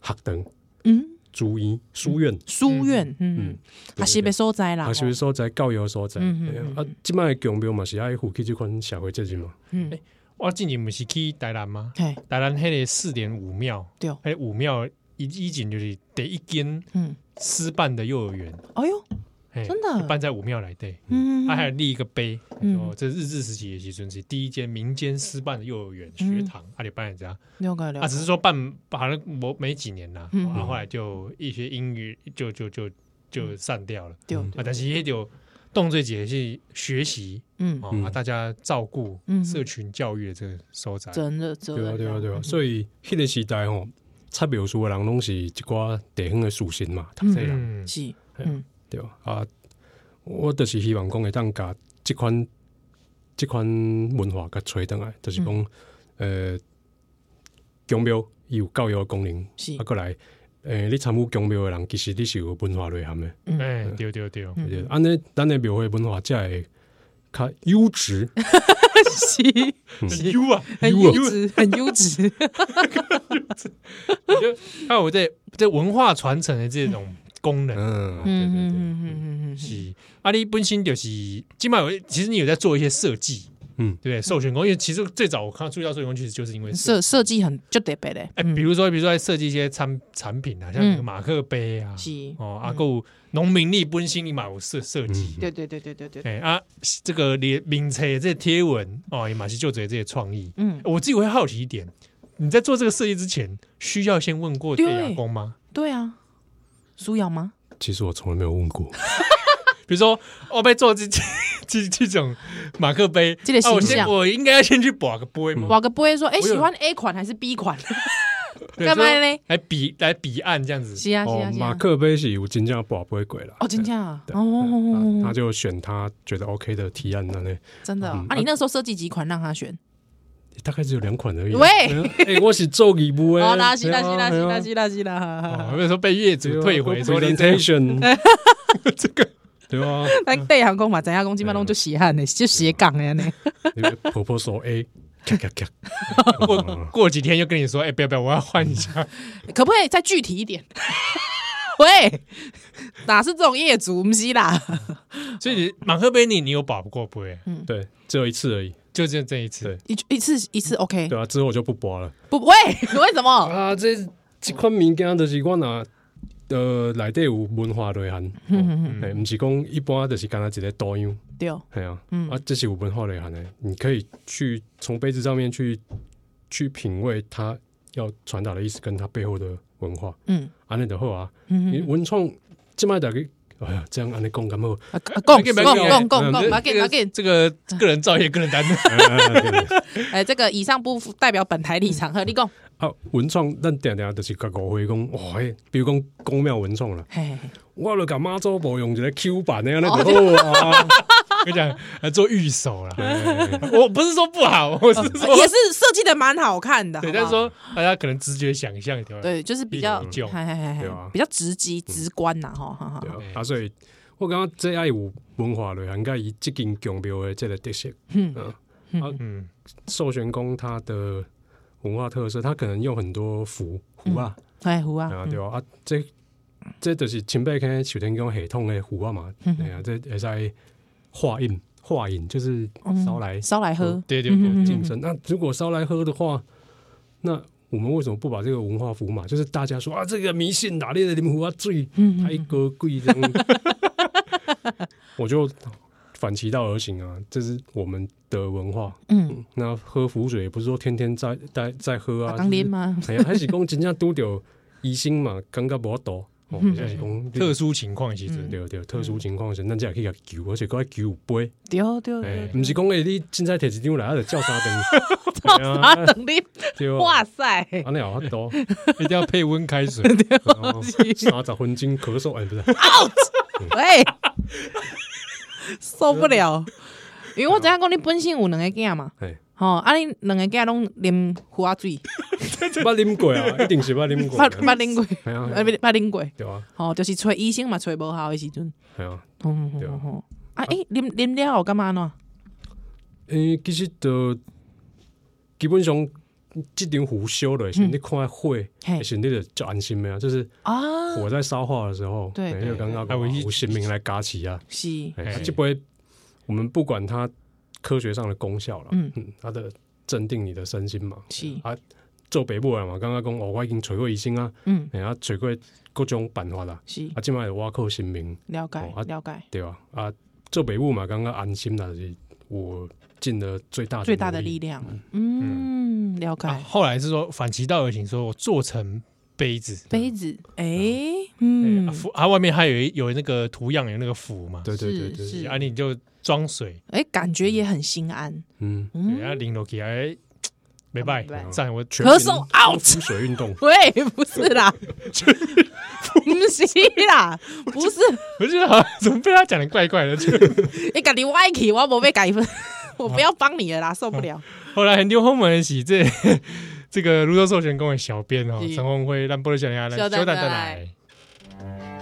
C: 学堂、
A: 嗯，
C: 主院、书院。
A: 书院，嗯
C: 嗯，
A: 还是被所在啦，哦
C: 学习所在、教育的所在，
A: 嗯嗯
C: 嘿啊
A: 嗯
C: 啊，即摆强庙嘛是爱负起即款社会责任嘛，
A: 嗯，
B: 我之前不是去台南吗？
A: 嘿，
B: 台南迄个四点五庙，
A: 对
B: 迄五庙一一景就是第一间
A: 嗯，
B: 私办的幼儿园，
A: 哎呦，
B: 嘿
A: 真的
B: 就办在五庙来对。啊
A: 嗯，
C: 哎
B: 他还有立一个碑，
A: 嗯
B: 哦，这日治时期的其实是第一间民间私办的幼儿园
A: 嗯
B: 学堂，阿里办人家，
A: 了解
B: 啊，
A: 了
B: 只
A: 解，
B: 是说办好像没没几年啦，
A: 嗯
B: 然后后来就一些英语就就就
A: 嗯
B: 就散掉了
A: 对，
B: 啊，但是也有动作节是学习
A: 嗯，
B: 哦，
C: 嗯
B: 啊，大家照顾
A: 嗯
B: 社群教育的这个所在，
A: 真的真
C: 对啊
A: 的，
C: 对啊对啊，所以迄个时代吼，插庙书的人拢是一寡地方的属性嘛，读册人。
B: 嗯，
A: 是，
C: 嘿
A: 嗯
C: 对啊，我就是希望讲会当甲即款即款文化甲吹倒来，就是讲、
A: 嗯
C: 呃，强庙伊有教育的功能，
A: 是
C: 啊，，过来，诶、你参与强庙的人，其实你是有文化内涵的，
A: 嗯
B: 哎，对对对，
A: 嗯
C: 对安尼咱的庙会文化才会较优 质， 嗯
A: 是
B: 很优啊，
A: 很优
B: 优
A: 啊
B: 啊
A: 质，很优 质。
B: 我觉得还有在在文化传承的这种功能，
C: 嗯，对对对，
A: 嗯嗯嗯嗯嗯，
B: 是啊，你本身就是，起码有其实你有在做一些设计，
C: 嗯
B: 对不对？授权工，因为其实最早我看到注意到授权工，其实就是因为设，
A: 设设计嗯很就特别嘞，
B: 哎，比如说比如说在设计一些产产品啊，像那个马克杯啊，
A: 嗯是，嗯
B: 哦，啊，够农民力本身你嘛有设设
C: 嗯
B: 计，
A: 对对对对对对，
B: 哎啊，这个连名册这些贴文哦，也嘛是就这这些创意。
A: 嗯，
B: 我自己会好奇一点，你在做这个设计之前，需要先问过
A: 对
B: 电牙工吗？
A: 对啊，苏瑶吗？
C: 其实我从来没有问过，
B: 比如说，我被做这 这这这种马克杯，
A: 这个
B: 啊我
A: 形
B: 先
A: 象
B: 我应该要先去把个杯吗？
A: 瓦格不会说，哎，
B: 我有
A: 喜欢 A 款还是 B 款？
B: 对
A: 干嘛
B: 就是
A: 嘞
B: 来比来比岸这样子，
A: 是啊是啊是
C: 哦马
A: 啊，
C: 克杯是有真正跋杯过啦，
A: 哦，真的啊，
C: 对啊他
A: 哦，
C: 就选他觉得 OK 的提案安尼。
A: 真的啊，你那时候设计几款让他选？
C: 大概只有两款而已。
A: 喂
C: 哎、我是做义务诶。
A: 哦，啦是啦
C: 对
A: 是
C: 啊
A: 啦是啦
C: 对啊
A: 是啦是啦，
B: 哦，比如说被业主退回说你这
C: presentation
B: 这个
C: 对啊
A: 咱对航空嘛，怎样讲，基本拢就斜汉的，就斜杠的呢。
C: 那个，proposal A，咔咔咔，
B: 过过几天又跟你说，哎，不要不要，我要换一下，
A: 可不可以再具体一点？ 喂，哪是这种业主？不是啦，嗯
B: 所以你马克杯你你有把不过杯，
C: 对，只有一次而已，
B: 就这这一次
C: 对，
A: 一一次一次 OK，
C: 对啊，之后我就不播了。
A: 不喂， 为什么？
C: 啊，这这款物件就是我拿。呃，内底有文化内涵，
B: 嗯
C: 哎，毋是讲一般，就是干那一个多样，
A: 对，
C: 系啊，啊，这是有文化内涵的，你可以去从杯子上面去去品味它要传达的意思，跟它背后的文化，
A: 嗯，
C: 安尼就好啊。
A: 嗯
C: 你文创即摆大家，哎呀，这样安尼讲敢好？
A: 啊共
B: 别
A: 共
B: 别别
A: 共共
C: 嗯
A: 共，马给马
B: 这
A: 给
B: 个，这个个人造业个人担当，
A: 哎，这个以上不代表本台立场，和你讲，
C: 啊，文创咱定定就是甲误会讲，哇，迄比如讲公庙文创啦，
A: 嘿，嘿
C: 我著甲妈祖婆用一个 Q 版的安尼就好
A: 哦
C: 啊。
B: 我跟你讲，呃做预手啦， 我不是说不好， 我是
A: 嘿啊呃也
B: 说，
A: 是设计的蛮好看的，
B: 对，
A: 好不
B: 但
A: 好
B: 是说大家可能直觉想象，对吧？
A: 对，就是比较，
B: 一种
A: 嘿嘿嘿
C: 对
A: 嘿
C: 啊
A: 比较直击直观呐，哈哈
C: 对
A: 哈，
C: 啊，啊所以我感觉这爱有文化的涵盖以即间强庙的这个特色。
A: 嗯
C: 嗯
B: 嗯，
C: 寿玄宫它的文化特色，它可能用很多符符啊，
A: 哎，有啊，
C: 啊对吧？啊，这这就是前辈看寿天宫系统的符啊嘛，
A: 嗯
C: 哎呀，这也在画印画印，就是烧来
A: 嗯烧来喝，
B: 对对
A: 嗯
B: 对，
A: 哦嗯
C: 竞争。那如果烧来喝的话，那我们为什么不把这个文化符码，就是大家说啊，这个迷信哪里的你们壶啊醉，
A: 嗯
C: 太高贵这样， 我就反其道而行啊，这是我们的文化。
A: 嗯，
C: 那喝符水也不是说天天在在在喝啊，
A: 刚
C: 就是
A: 练吗？
C: 哎呀，还是讲真正拄着疑心嘛，感觉无度，哦，
A: 嗯
C: 就是讲
B: 特殊情况其实
A: 嗯
C: 对对特殊情况下，咱才会去甲救，而且还救有杯，
A: 对对
C: 哎
A: 对，，
C: 毋是讲诶，你凊彩摕一张来，啊，就照 三顿，
A: 操
C: 对
A: 啥
C: 啊
A: 能力？
C: 对
A: 哇
C: 啊，
A: 塞，
C: 安尼有法 度，
B: 一定要配温开水，
C: 哦三十分钟咳嗽，哎，不是，
A: 喂，受不了！因为我知影讲你本身有两个囝嘛，
C: 哎，
A: 吼、啊你两个囝拢啉胡仔水，
C: 捌啉 过啊，一定是捌啉过
A: 捌哎
C: 啊，
A: 捌 啉过，
C: 系啊，
A: 捌捌啉过，
C: 对啊，
A: 吼、就是找医生嘛，找无效的时阵，
C: 系啊，
A: 吼吼
C: 对
A: 吼
C: 啊
A: 吼，啊，诶，啉啉了后干嘛呢？
C: 诶，其实就基本上即张符烧落是，你看火，
A: 嗯嘿，
C: 是你就就安心的啊，就是。
A: 啊，
C: 火在烧化的时候，
A: 对
C: 哎
A: 对
C: 就刚刚
B: 对
C: 有
B: 还有一
C: 有神明来嘎起啊，
A: 是，
C: 哎
B: 嘿
C: 啊这不会，我们不管它科学上的功效了，
A: 嗯
C: 嗯，它的镇定你的身心嘛，
A: 是，
C: 做北部人嘛，刚刚讲哦，我已经找过医生啊，
A: 嗯，
C: 哎啊，找过各种办法啦，
A: 是，
C: 啊，即卖我靠神明
A: 了解
C: 哦啊
A: 了解，
C: 对吧？啊，做北部嘛，刚刚安心啦，就是我尽了最大
A: 最大的
C: 努
A: 力，量，嗯，了解。
B: 啊后来是说反其道而行，说我做成杯子，
A: 杯子，诶，
B: 嗯，
C: 哎
A: 嗯
B: 啊，符啊，外面还有一有那个图样，有那个符嘛，
C: 对对对
A: 是
C: 对，
A: 是
B: 啊，你就装水，
A: 诶，感觉也很心安，
C: 嗯，
A: 嗯哦
B: 对，啊，淋落去，哎，没拜
A: 没办，
B: 赞我全
A: 咳嗽 out，，
C: 出水运动
A: 喂，不是 啦， 不是啦，不是，
B: 我觉得好像怎么被他讲的怪怪的，就
A: 你家己歪去，我无被改 分，我不要帮你了啦，受不了。
B: 后来很丢后门是这 这个泸州授权宫的小编哦，
A: 是
B: 陈宏辉让波多小林阿兰
A: 稍等
B: 稍等
A: 再
B: 再
A: 来
B: 来。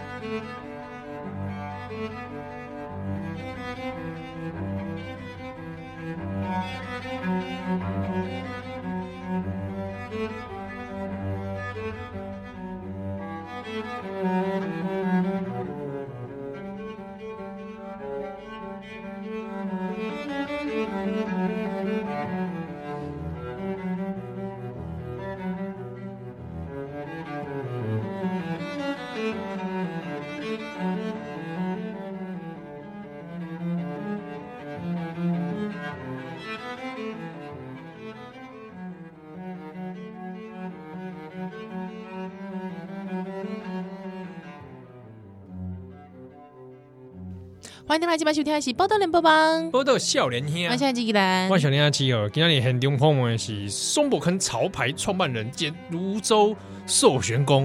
A: 欢迎大家今晚收听的是《报道联播帮》，
B: 波多笑脸兄啊
A: 我现在这个人
B: 我，小林阿七哦，今天很丢后门是松柏坑潮牌创办人兼泸州授权宫，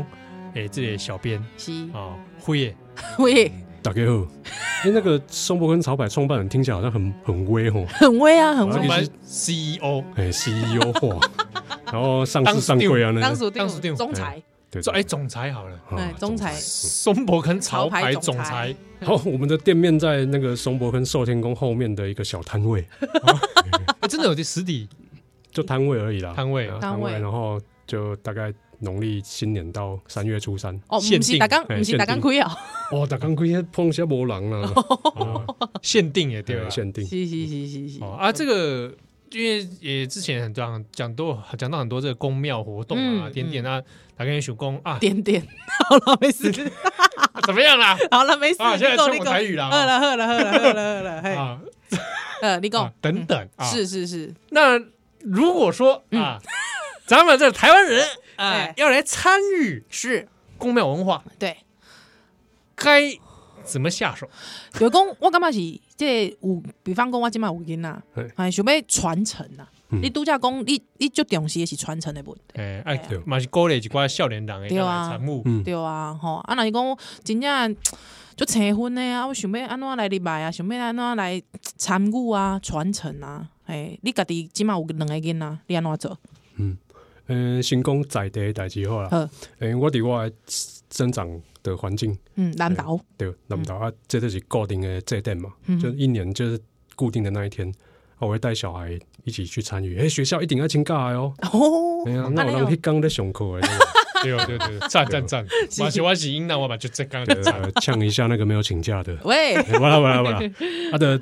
B: 哎，这里的小编
A: 是
B: 啊，辉耶，
A: 喂，
C: 大家好。哎，那个松柏跟草柏创办人听起来好像很很威哦吼，
A: 很威啊，很
C: 我
B: 上
A: 威，
C: 要
B: 班
C: 其
B: CEO，
C: 哎，CEO 化，然后上市上柜啊，那
A: 当属
B: 当属定
A: 中裁，
C: 对哦
B: 说哎，总裁好了，
A: 哎，中裁，
B: 松柏坑潮牌总
A: 潮牌
B: 裁，
C: 好，我们的店面在那个松柏跟寿天宫后面的一个小摊位，
B: 哎真的有这实体
C: 就摊位而已啦，
B: 摊位
C: 啊
A: 摊
C: 摊
A: 位
C: 位，然后就大概农历新年到三月初三，
A: 哦，不
B: 限
A: 是
B: 定
A: 大刚，
C: 哎
A: 不是大刚
C: 限定
A: 亏哦，
C: 哦，大刚亏碰下波浪了，
B: 哦限定也对吧？
C: 啊
B: 啊
C: 限定，
A: 是是是是是，
B: 哦啊，这个因为也之前很讲讲多讲到很多这个宫庙活动啊，
A: 嗯
B: 点点啊，打开手工啊，
A: 点点， 好了，没事，
B: 怎么样啦？
A: 好了，没事，
B: 啊，现在
A: 你讲
B: 中
A: 你
B: 国
A: 讲
B: 台语啦，
A: 喝了喝了喝了喝了喝了，嘿，
B: 啊
A: 呃，你
B: 啊
A: 讲，
B: 等等
A: 哎
B: 啊。
A: 是是是，
B: 那如果说啊，咱们这台湾人啊
A: 哎
B: 要来参与
A: 是，
B: 宫庙文化，
A: 对。
B: 该怎么下手？
A: 就讲我感觉是这个有，比方讲我即嘛有囡仔
C: 嘿，
A: 哎，想要传承啊。
C: 嗯
A: 你拄则讲，你你最重视的是传承的问题，
B: 哎哎
C: 对，
B: 嘛是鼓励一寡少年人的
A: 啊
B: 哎
A: 对啊
B: 产物，
C: 嗯，
A: 对啊，吼啊，若是讲真正就结婚的啊，我想要安怎来礼拜啊，想要安怎来参与啊，传承啊，哎，你家己即嘛有两个囡仔，你安怎做？
C: 嗯，呃，先讲在地的代志好啦
A: 好，
C: 诶，我伫我的生长的环境，
A: 嗯，南岛，
C: 对，那
B: 嗯
C: 么啊，这就是固定的节点嘛，
A: 嗯
C: 就一年就是固定的那一天，啊，我会带小孩一起去参与。哎，学校一定要请假的哦，
A: 哦
C: 哎，呀，那
A: 安
C: 我
A: 尼哦
C: 人去刚在上课哎的，
B: 对哦对对，对赞 赞赞，我是我是英那我把就这刚
C: 对
B: 刚
C: 呃呛一下那个没有请假的，
A: 喂，
C: 哎完了完了完 了，啊的，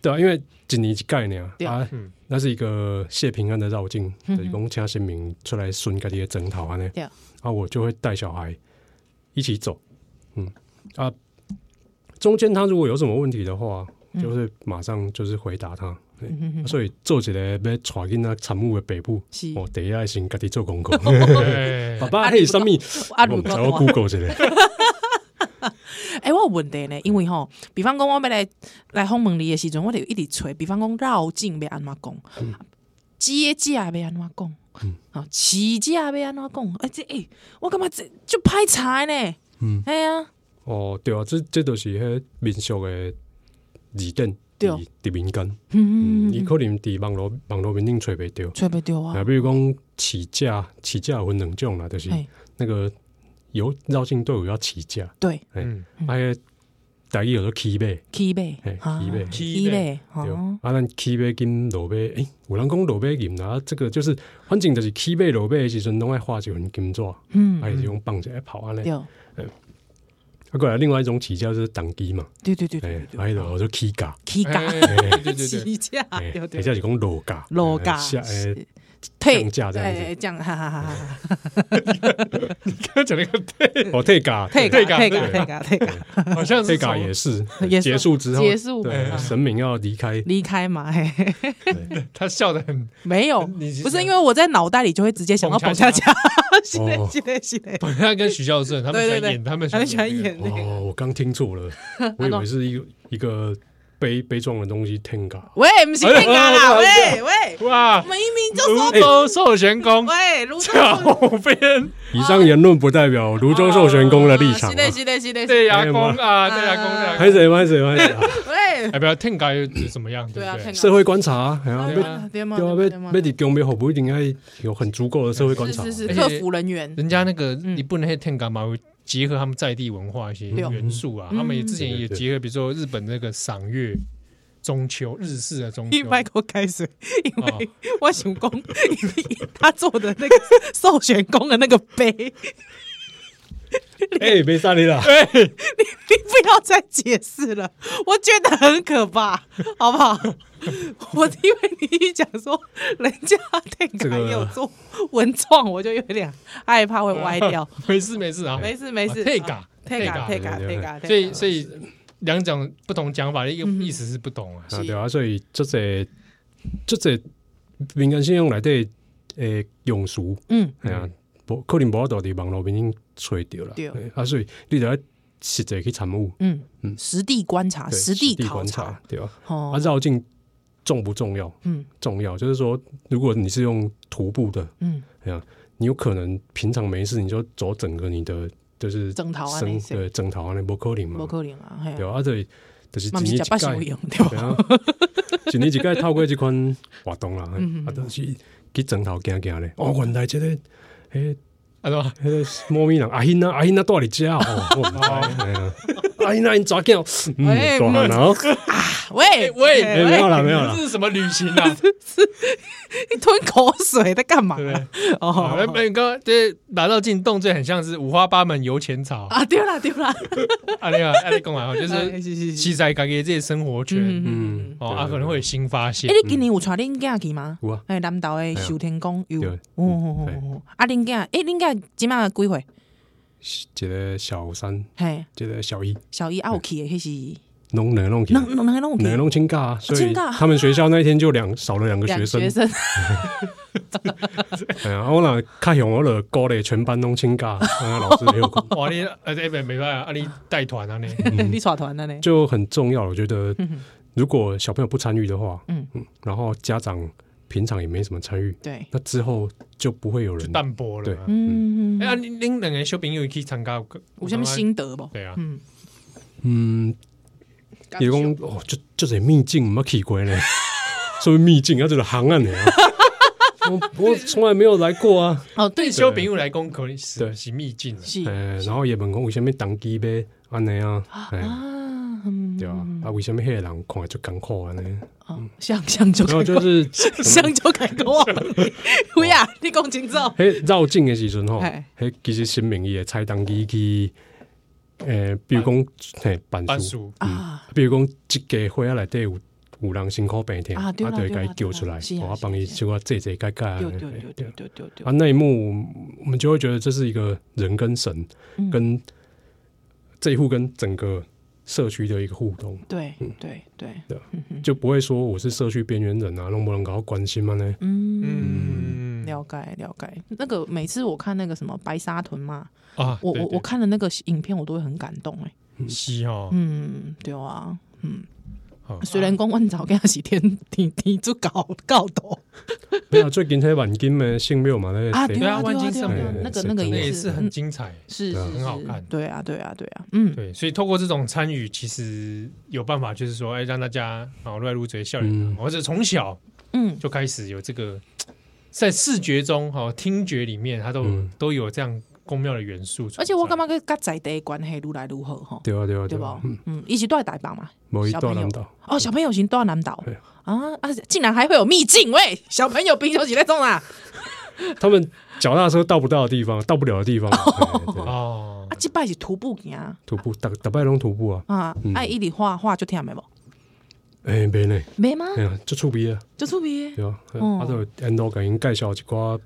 C: 对啊，因为一年一届呢，
A: 对嗯
C: 啊
B: 嗯，
C: 那是一个谢平安的绕境，就是讲请神明出来顺家己的征讨安尼
A: 对，
C: 啊，我就会带小孩一起走，嗯啊，中间他如果有什么问题的话，
A: 嗯
C: 就是马上就是回答他，对啊所以做一个要带囡仔参悟的北部，
A: 是
C: 我第一爱先家己做 功课，
B: 对
C: 爸爸还有什么？
A: 啊，
C: 我
A: 如
C: 唔知
A: 果
C: 哦我 Google 一下，
A: 哎、我有问题呢，因为吼，比方讲我要来来访问你的时阵，我就一直揣，比方讲绕境要安怎讲，
C: 嗯
A: 接驾要安怎讲，啊、起价要安怎讲，哎、这哎、我感觉这就歹查的呢，
C: 嗯，
A: 哎呀、啊，
C: 哦，对啊，这这都是迄民俗的字典，
A: 对
C: 伫伫民间。
A: 嗯，
C: 伊可能伫网络网络面顶找袂着。
A: 揣袂着啊
C: 啊，，比如讲起价，起价有分两种啦，就是
A: 哎，
C: 那个有绕境队伍要起价，
A: 对，
B: 嗯，
C: 哎、嗯，大意有做起码，
A: 起呗
C: 嘿，
A: 啊
C: 起码
A: 起呗，
C: 对，
A: 哦，
C: 啊，咱起码跟落尾，诶、有人讲落尾金啦，啊这个就是反正就是起码落尾的时阵，拢爱画一份金纸，啊，
A: 嗯，
C: 伊就用放一下跑安尼。
A: 对
C: 啊，，过来另外一种起价就是当机嘛，
A: 对对对
C: 哎
A: 对，
C: 啊，
A: 对
C: 伊就
A: 对，
C: 叫做起价，
A: 起价，
B: 哎对 对对，
A: 起价，
C: 哎，
A: 啊对
C: 或
A: 对
C: 者是讲落价，
A: 落价
C: 哎下诶
A: 是退
C: 降价这样子
A: 哎这样，哈哈哈哈哈哈，
B: 刚 刚讲那个
C: 哦退 价，
A: 退
B: 退
A: 价
B: 价
A: 退价
B: 对
A: 退价退价。
B: 好像
C: 这
B: 是
C: 嘎
B: 什么
C: 也是
A: 也是
C: 结束之后，
A: 结束
C: 对
A: 嗯
C: 神明要 离开，
A: 离开嘛，嘿嘿嘿
C: 对
B: 他笑得很
A: 没有，
B: 你是
A: 哦不是因为我在脑袋里就会直接想到
B: 蹦
A: 彭
B: 恰
A: 恰
B: 恰
A: 恰，是的，
C: 哦
A: 是的，是的，
B: 本来跟许孝 顺他们喜
A: 对对
B: 欢
A: 对
B: 演，他们
A: 他们喜欢
B: 那个
A: 演那个，
C: 哦，我刚听 错了，
A: 啊
C: 我以为是一个一个悲悲壮的东西 天嘎，
A: 喂，不是那个啦，喂喂，
B: 哇
A: 我，们明明就说
B: 泸州寿 贤宫
A: 喂，泸州
B: 后 边
C: 以上言论不代表泸州授权公的立场
A: 是
C: 啊。
A: 的，是的，是的，
B: 对牙
C: 哎
B: 公
C: 妈
B: 啊，对牙公
A: 啊
B: 啊，
C: 拍谁拍谁拍 谁啊，
A: 喂，
B: 哎，不要听改又怎么样，
A: 对
B: 不
A: 啊，
B: 对？
C: 社会观察啊，哎呀，
A: 对
C: 要
A: 吗？对吗？
C: 对啊，
A: 对
C: 被
A: 吗
C: 被你公民服不一定要有很足够的社会观
A: 是
C: 察啊，
A: 是是
B: 而且
A: 客服人员，
B: 人家那个
A: 嗯
B: 你不能黑天干嘛，会结合他们在地文化一些
A: 对哦
B: 元素啊，
A: 嗯
B: 他们也之前
C: 对对
B: 也
C: 对
B: 结合，比如说日本那个赏月、中秋、日式的中
A: 一
B: 秋，
A: 麦克开水，因
B: 哦
A: 为我想讲他做的那个授权工的那个杯，你
C: 哎，别杀你啦，
A: 不要再解释了，我觉得很可怕，好不好？我因为你一讲说人家那
C: 这
A: 个
C: 个
A: 也有做文创，我就有点害怕会歪 掉。
B: 没事没事啊，
A: 没事没事，哦啊
B: 退嘎
A: 退嘎退
B: 退
A: 嘎
C: 嘎
A: 退嘎，
B: 所以所以两种不同讲法，一个
A: 嗯
B: 意思是不同啊，
C: 啊
A: 是
C: 对啊，所以这这这这民间信用内底诶用俗。
A: 嗯
C: 系啊，无可能无到伫网络面顶揣着啦。
A: 对
C: 嘿啊，所以你就要实际去参悟，
A: 嗯，实地观察，
C: 对
A: 实
C: 地
A: 考
C: 观
A: 察
C: 察，，对啊。啊，
A: 哦，
C: 绕境重不重要？
A: 嗯
C: 重要，就是说，如果你是用徒步的，
A: 嗯，
C: 哎呀，你有可能平常没事你就走整个你的就是
A: 征讨啊那
C: 生
A: 些
C: 对征讨啊，那不可能嘛
A: 不，可能啊，嘿啊
C: 对啊，啊，对，就是
A: 嘛不是
C: 一
A: 吃八成
C: 届
A: 用对
C: 对
A: 吧？
C: 啊，一年一届透过即款活动啦，啊，就是去枕头行行咧。哦，原来即个迄
B: 啊对吧？
C: 迄个猫咪人阿欣啊，阿欣啊，住你 遮哦，我唔知，哎呀，阿欣啊，因查囝，
A: 哎
C: 嗯，大汉啊，
A: 喂
B: 喂
A: 哎
C: 哎，没有啦，没有啦
B: 这，是什么旅行啊？
A: 你吞口水在干嘛
B: 对不对？好，那
A: 哦
B: 本哥这拿到进洞最很像是五花八门游钱草
A: 啊，对啦对 啦，
C: 嗯
B: 啊，那个啊，你讲完哦，就
A: 哎
B: 是
A: 是是是，
B: 七仔感觉这些生活圈
A: 嗯嗯
C: 嗯，
B: 哦，啊，可能会有新发现
A: 哎，，你今年有带恁囝去吗？
C: 有啊，
A: 哎，南投的修天宫有，
C: 对嗯
A: 哦哦哦哦，啊，恁囝，哎，恁囝即满几岁？
C: 一个小三，
A: 嘿，
C: 一个小一，
A: 小姨啊，有去的迄是，
C: 拢两个拢去，
A: 能能能弄去
C: 两个。拢请假啊，所
A: 请
C: 以
A: 假
C: 他们学校那一天就两少了两个
A: 两
C: 学生
A: 学， 生，
C: 哎呀，啊我若较凶，我就鼓励全班拢请假，啊，老师没有空。
B: 哇，你呃，哎，没没办法，啊，你带团啊，你
A: 哎你耍团了呢？
C: 就很重要了。我觉得，如果小朋友不参与的话，
A: 嗯
C: 嗯嗯，然后家长平常也没什么参与，
A: 对，
C: 那之后就不会有人
B: 淡薄了
C: 对
B: 啊。
A: 嗯，
B: 哎啊，恁恁两个小朋友去参加有，
A: 有什么心得不？
B: 对啊
A: 嗯，
C: 嗯，也讲 哦，就就是秘境没去过呢，所以秘境啊，就是行啊你啊，我我从来没有来过啊。
A: 哦，对
B: 对，小朋友来讲可能是
C: 对
B: 是秘境了。
A: 是
C: 哎，然后也问讲为什么当机呗，安尼啊，哎，
A: 啊，嗯，
C: 对啊，啊，为什么迄个人看就艰苦安尼？
A: 哦，像像就
C: 然后就是
A: 像就改革忘了 你，喂啊，你讲清楚，
C: 迄绕境的时阵吼
A: 嘿，
C: 迄其实新民伊会采当机去，诶，比如讲，嘿，办
B: 番
C: 事，
B: 薯
A: 啊，
C: 比如讲一家伙仔内底有有人辛苦病痛，
A: 啊对啦
C: 就会
A: 对
C: 甲
A: 啦
C: 伊叫出来，
A: 对啦是啊
C: 我
A: 是啊
C: 帮伊
A: 是啊
C: 小可做做改改安
A: 丢
C: 尼。
A: 丢
C: 嘿
A: 丢
C: 对
A: 丢丢丢
C: 啊，
A: 丢，
C: 那一幕我们我们就会觉得这是一个人跟神、
A: 嗯
C: 跟这一户跟整个社区的一个互动，
A: 对对对，嗯
C: 就不会说我是社区边缘人啊，能不能搞到关心嘛呢？
A: 嗯。
B: 嗯，
A: 了解了解，那个每次我看那个什么白沙屯嘛，
B: 啊，
A: 我
B: 对
A: 我我看了那个影片，我都会很感动哎、
B: 对是哦，
A: 嗯，对啊，嗯
B: 好，
A: 虽然讲阮早跟他是天天天主教教导
C: 没有，最近那晚金的性庙嘛，那
A: 啊，
C: 谁
A: 对
B: 对
A: 啊，
B: 啊
A: 对
B: 万
A: 啊，对啊
B: 金圣
A: 对啊
C: 母，
A: 那个
C: 是
A: 那个
B: 那
C: 真的
B: 也
A: 也
B: 是
A: 是
B: 很
A: 嗯
B: 精彩。
A: 是
C: 对啊
A: 是
B: 很好
A: 是
B: 看
A: 对啊，对啊，对啊，嗯，
B: 对，所以透过这种参与，其实有办法，就是说，哎，让大家啊，撸来撸嘴，笑脸堂
C: 嗯
B: 或者从小
A: 嗯，
B: 就开始有这个，在视觉中哈、哦听觉里面，它都有、
C: 嗯
B: 都有这样宫庙的元素存在。
A: 而且我感觉跟跟在地的关系愈来愈好吼，
C: 对啊对啊
A: 对
C: 对
A: 吧
C: 啊，？
A: 嗯，伊是住在台北嘛，
C: 某一
A: 小
C: 段
A: 朋友
C: 南岛，
A: 哦，小朋友行住在南岛
C: 对
A: 啊啊，竟然还会有秘境喂，小朋友冰球起在中啊
C: 他们脚踏车到不到的地方，到不了的 地方，哎对啊
B: 哦
A: 啊，，这摆是徒步行啊
C: 徒步打打败龙徒步啊，
A: 啊
C: 嗯，
A: 爱伊里画画就听没无？
C: 哎没呢，
A: 没吗？
C: 哎呀，就出鼻啊，
A: 就出名
C: 对啊，
A: 哦
C: 啊都很多给因介绍一寡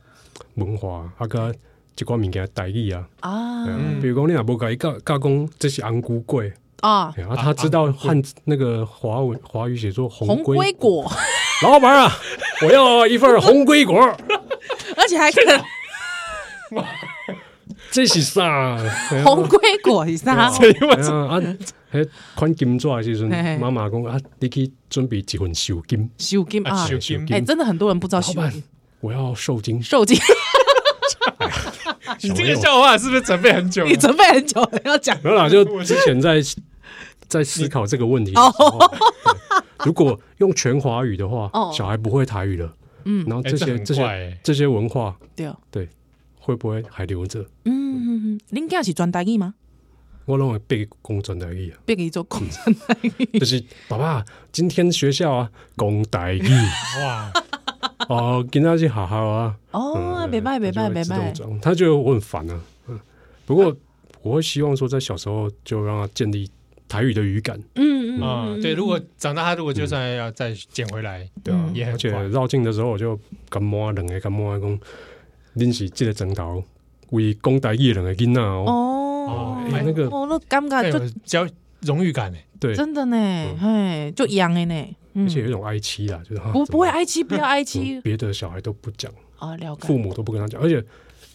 C: 文化，啊个一寡物件代语啊。
A: 啊
C: 对啊
B: 嗯
C: 比如讲你若无甲伊教教讲，这是红菇粿，
A: 啊！
C: 然后他知道汉字那个华文华语写作
A: 红
C: 红
A: 龟
C: 龟，
A: 果，
C: 老板啊，我要一份红龟果，
A: 而且还可
C: 啊
A: 能
C: 这是啥？哎
A: 红龟果是啥？
C: 这啊，迄款金纸的时阵
A: 嘿嘿，
C: 妈妈讲啊，你去准备一份寿金，
A: 修金啊
B: 啊！寿金
A: 哎，真的很多人不知道
C: 老
A: 修
C: 板
A: 金，
C: 我要受金，
A: 受金，
B: 你这个笑话是不是准备很久了
A: 你？准备很久了要讲
C: 没有啦， 就之前在在思考这个问题的时候。 对如果用全华语的话
A: 哦，
C: 小孩不会台语了。嗯，然后
B: 哎
C: 这些
B: 很
C: 这
B: 快
C: 些
B: 欸
C: 这些文化
A: 对，啊
C: 会不会还留着？
A: 嗯，恁囝是专台语吗？
C: 我认为被公转 台语啊，
A: 别给做工程，
C: 就是爸爸今天学校啊公台语
B: 哇，
C: 哦，今天去好好啊，
A: 哦，
C: 嗯
A: 别拜别拜
C: 他就会
A: 别
C: 自动
A: 拜，
C: 转他觉得我很烦啊。嗯，不过我会希望说，在小时候就让他建立台语的语感，
A: 嗯嗯
B: 啊、
A: 嗯，
B: 对，如果长大他如果就算要再捡回来，
C: 嗯对啊
A: 嗯，
B: 也很
C: 而且
B: 快
C: 绕境的时候，我就感冒两个感冒讲，恁是这个枕头为公台语的两个囡仔哦，
A: 哦
B: 哦，
C: 哎那个
A: 哦，那尴
B: 那
A: 尬
B: 有
A: 就
B: 交荣誉感呢、欸
C: 对，嗯
A: 真的呢，嘿，就痒的呢，嗯
C: 而且有一种哀戚啦，就是啊
A: 不
C: 怎
A: 不
C: 么
A: 会哀戚，不要哀戚
C: 嗯别的小孩都不讲，
A: 啊，了解
C: 父，母都不跟他讲，而且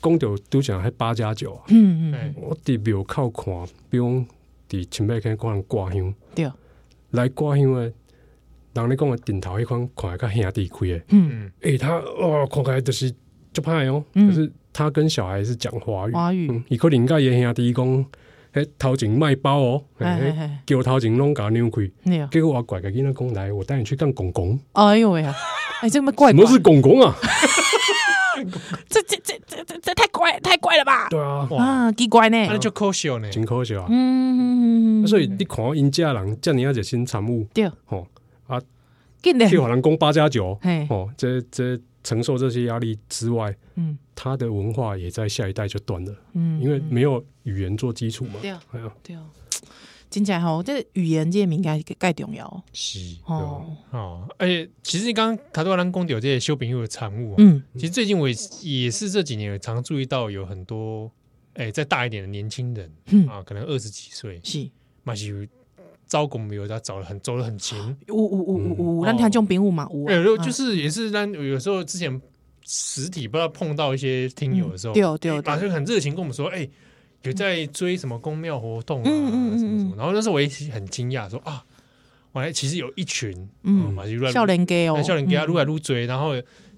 C: 公就都讲还八加九啊。
A: 嗯嗯，
B: 哎
C: 我伫庙口看，比如讲伫前辈看看人挂香，
A: 对，
C: 来挂香的，人咧讲的顶头迄款看起来较兄弟开的，
B: 嗯，
C: 诶、他哦看起来就是足歹哦，
A: 嗯
C: 可是他跟小孩是讲华语，
A: 华语，
C: 嗯，伊可能甲伊的兄弟讲，迄头前卖包哦，
A: 哎哎
C: 嘿
A: 哎，
C: 叫头前拢甲扭开，
A: 那个，
C: 结果我拐个囡仔讲来，我带你去干公公，
A: 哦哎呦喂呀，哎，这么怪，
C: 什么是公公啊？
A: 这这这这这这太怪太怪了吧？
C: 对啊，
B: 哇，
A: 啊，奇怪呢，
B: 那就欸可惜呢，
C: 真可惜啊。
A: 嗯，
C: 所以你看因家人遮尔啊热心参与，
A: 对，
C: 吼，
A: 紧的，
C: 去互人讲八加九，
A: 嘿，
C: 哦，这这承受这些压力之外，
A: 嗯
C: 他的文化也在下一代就断了，
A: 嗯，
C: 因为没有语言做基础嘛。
A: 对啊
C: 哎呀，
A: 对哦，真正吼，这语言这个物件介重要哦
B: 是
A: 哦，
B: 哦，而且其实刚刚卡多兰公有这些修饼又的产物、啊，
A: 嗯，
B: 其实最近我也也是这几年有常注意到有很多，哎、再大一点的年轻人、
A: 嗯
B: 啊，可能二十几岁，
A: 是，
B: 马西有招工没有，他走了很走了很勤，
A: 有有有
C: 哦
A: 有有，
B: 嗯
A: 咱听众朋友嘛有
B: 哎、
A: 啊，
B: 就是是也是让有时候之前实体不知道碰到一些听友的时候，哎
A: 对哦对哦对
B: 马
A: 哦，
B: 上很热情跟我们说，哎、有在追什么公庙活动啊，
A: 嗯嗯嗯
B: 什么什么。然后那时候我也很惊讶，说啊，我还其实有一群，
A: 嗯
B: 嗯，马就乱
A: 少年家哦，
B: 哎少年给他
A: 嗯
B: 撸来撸追，然后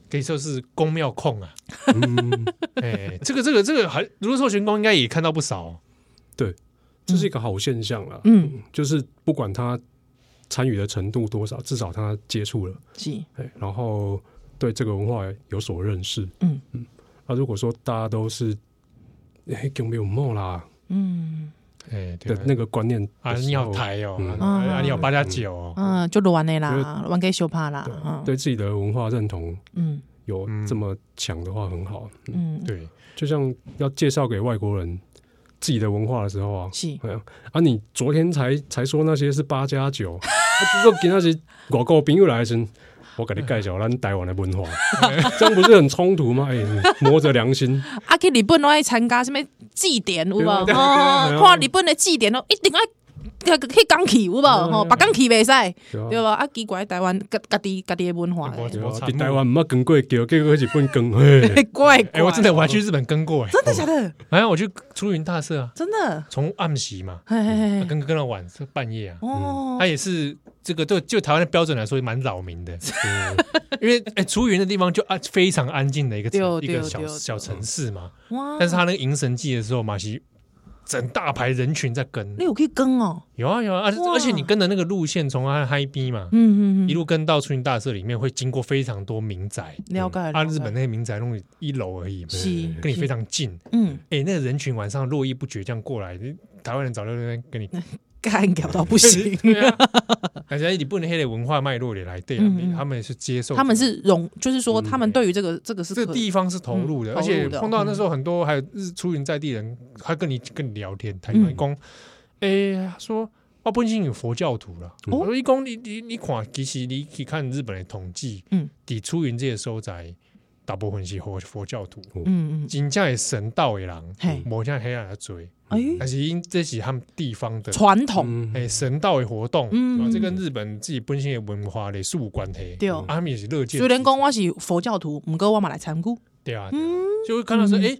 B: 可以说是公庙控啊。
C: 嗯，
B: 哎、这个这个这个还，如果说玄光应该也看到不少、哦，
C: 这是一个好现象啦。
A: 嗯，
C: 就是不管他参与的程度多少，至少他接触了，
A: 是，
C: 哎，然后对这个文化有所认识。
A: 嗯
C: 嗯，那、如果说大家都是哎有没有梦啦
A: 嗯
B: 哎，对
C: 的
B: 啊
C: 那个观念
B: 啊，
C: 的时
B: 你好
C: 候
B: 台哦，
C: 嗯
B: 啊，你好八加九哦，
A: 嗯，就乱的
C: 因
A: 啦，乱给小怕啦，嗯
C: 对自己的文化认同
A: 嗯
C: 有这么强的话，很好。嗯，
A: 嗯，
B: 对，
C: 就像要介绍给外国人自己的文化的时候啊，
A: 是
C: 哎呀，啊，你昨天才才说那些是八加 九，啊，不过给那些外国朋友来的时候，我给你介绍咱台湾的文化， 这样不是很冲突吗？哎、摸着良心，
A: 啊，去日本拢爱参加什物祭典有无？
C: 对啊对啊对
A: 哦，
C: 啊
A: 看日本的祭典哦，一定爱去去港去有无？吼，别港去袂使，
C: 对吧、
A: 对无？啊，奇怪，台湾家家己家己的文化，
B: 我
C: 对
B: 我
C: 吧？
B: 惨
C: 在台湾唔捌跟过桥，结果去日本跟，嘿，
A: 嘿怪怪，哦
B: 哎，我真的我还去日本跟过哎，
A: 真的假的？
B: 哎，我去出云大社啊，
A: 真的，
B: 从暗席嘛，啊
A: 嘿嘿嘿，
B: 跟跟到晚是半夜啊，
A: 嗯哦
B: 他，也是这个对就台湾的标准来说蛮扰民的，因为哎，竹园的地方就安非常安静的一个城
A: 对哦
B: 一个
A: 对
B: 小
A: 对
B: 小城市嘛，
A: 哇
B: 但是他那个迎神祭的时候，马西整大排人群在跟
A: 你，有去跟哦，
B: 有啊有啊，而且
A: 哇
B: 而且你跟的那个路线从啊嗨逼嘛，
A: 嗯嗯
B: 一
A: 嗯，
B: 路跟到出云大社里面，会经过非常多民宅，
A: 了解，
B: 啊，
A: 了解
B: 日本那些民宅弄一楼而已嘛，
A: 是
B: 跟你非
A: 是
B: 常近，
A: 嗯，
B: 哎、那个人群晚上络绎不绝这样过来，台湾人早就在那边 跟你，
A: 干掉到不 行
B: 对啊， 而且你不能黑的文化脉络里来对啊，
A: 嗯嗯
B: 他们也是接受，
A: 他们是融，就是说他们对于这个这个是
B: 嗯这
A: 可
B: 个地方是投入的，
A: 嗯
B: 而且
A: 投入的
B: 碰到那时候很多还有日出云在地人，还跟你跟你聊天，他
A: 嗯
B: 讲，哎、他说。啊，本身有佛教徒了。
C: 哦
B: 我说一公，你你你看，其实你去看日本的统计，
A: 嗯，
B: 抵出云这些收窄，大部分是佛佛教徒，
A: 嗯嗯，
B: 真正的神道的人，
A: 嘿，
B: 无像黑暗的追，
A: 哎，
B: 但是因这是他们地方的
A: 传统，
C: 嗯，
B: 哎、神道的活动，
A: 嗯
B: 嗯，这跟日本自己本身的文化嘞是有关系。
A: 对哦
B: 啊，他们也是乐见其
A: 虽然讲我是佛教徒，不过我嘛来参与，
B: 对啊，对啊
A: 嗯，
B: 就会看到说，
A: 嗯
B: 哎、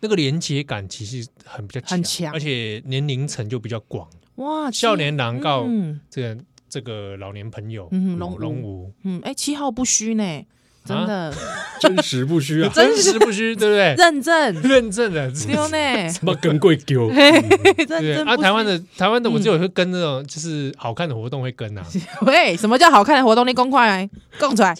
B: 那个连接感其实很比较
A: 很强
B: 而且年龄层就比较广，
A: 哇，
B: 少年哦郎到
A: 嗯
B: 这个、这个老年朋友，
A: 嗯，龙
B: 龙
A: 龙舞，
B: 舞，
A: 嗯，哎，七号不虚呢，真的
B: 啊
C: 真实不虚啊，
B: 真实不虚，对不
A: 认证
B: 对？，认证了，对
A: 丢呢，
C: 捌跟 过桥，
A: 啊认
B: 不 对
A: 证
B: 啊，
A: 不
B: 台
A: 虚
B: 湾的台湾的，我只有会跟那种就是好看的活动会跟啊，
A: 喂，什么叫好看的活动？你公快来，供出来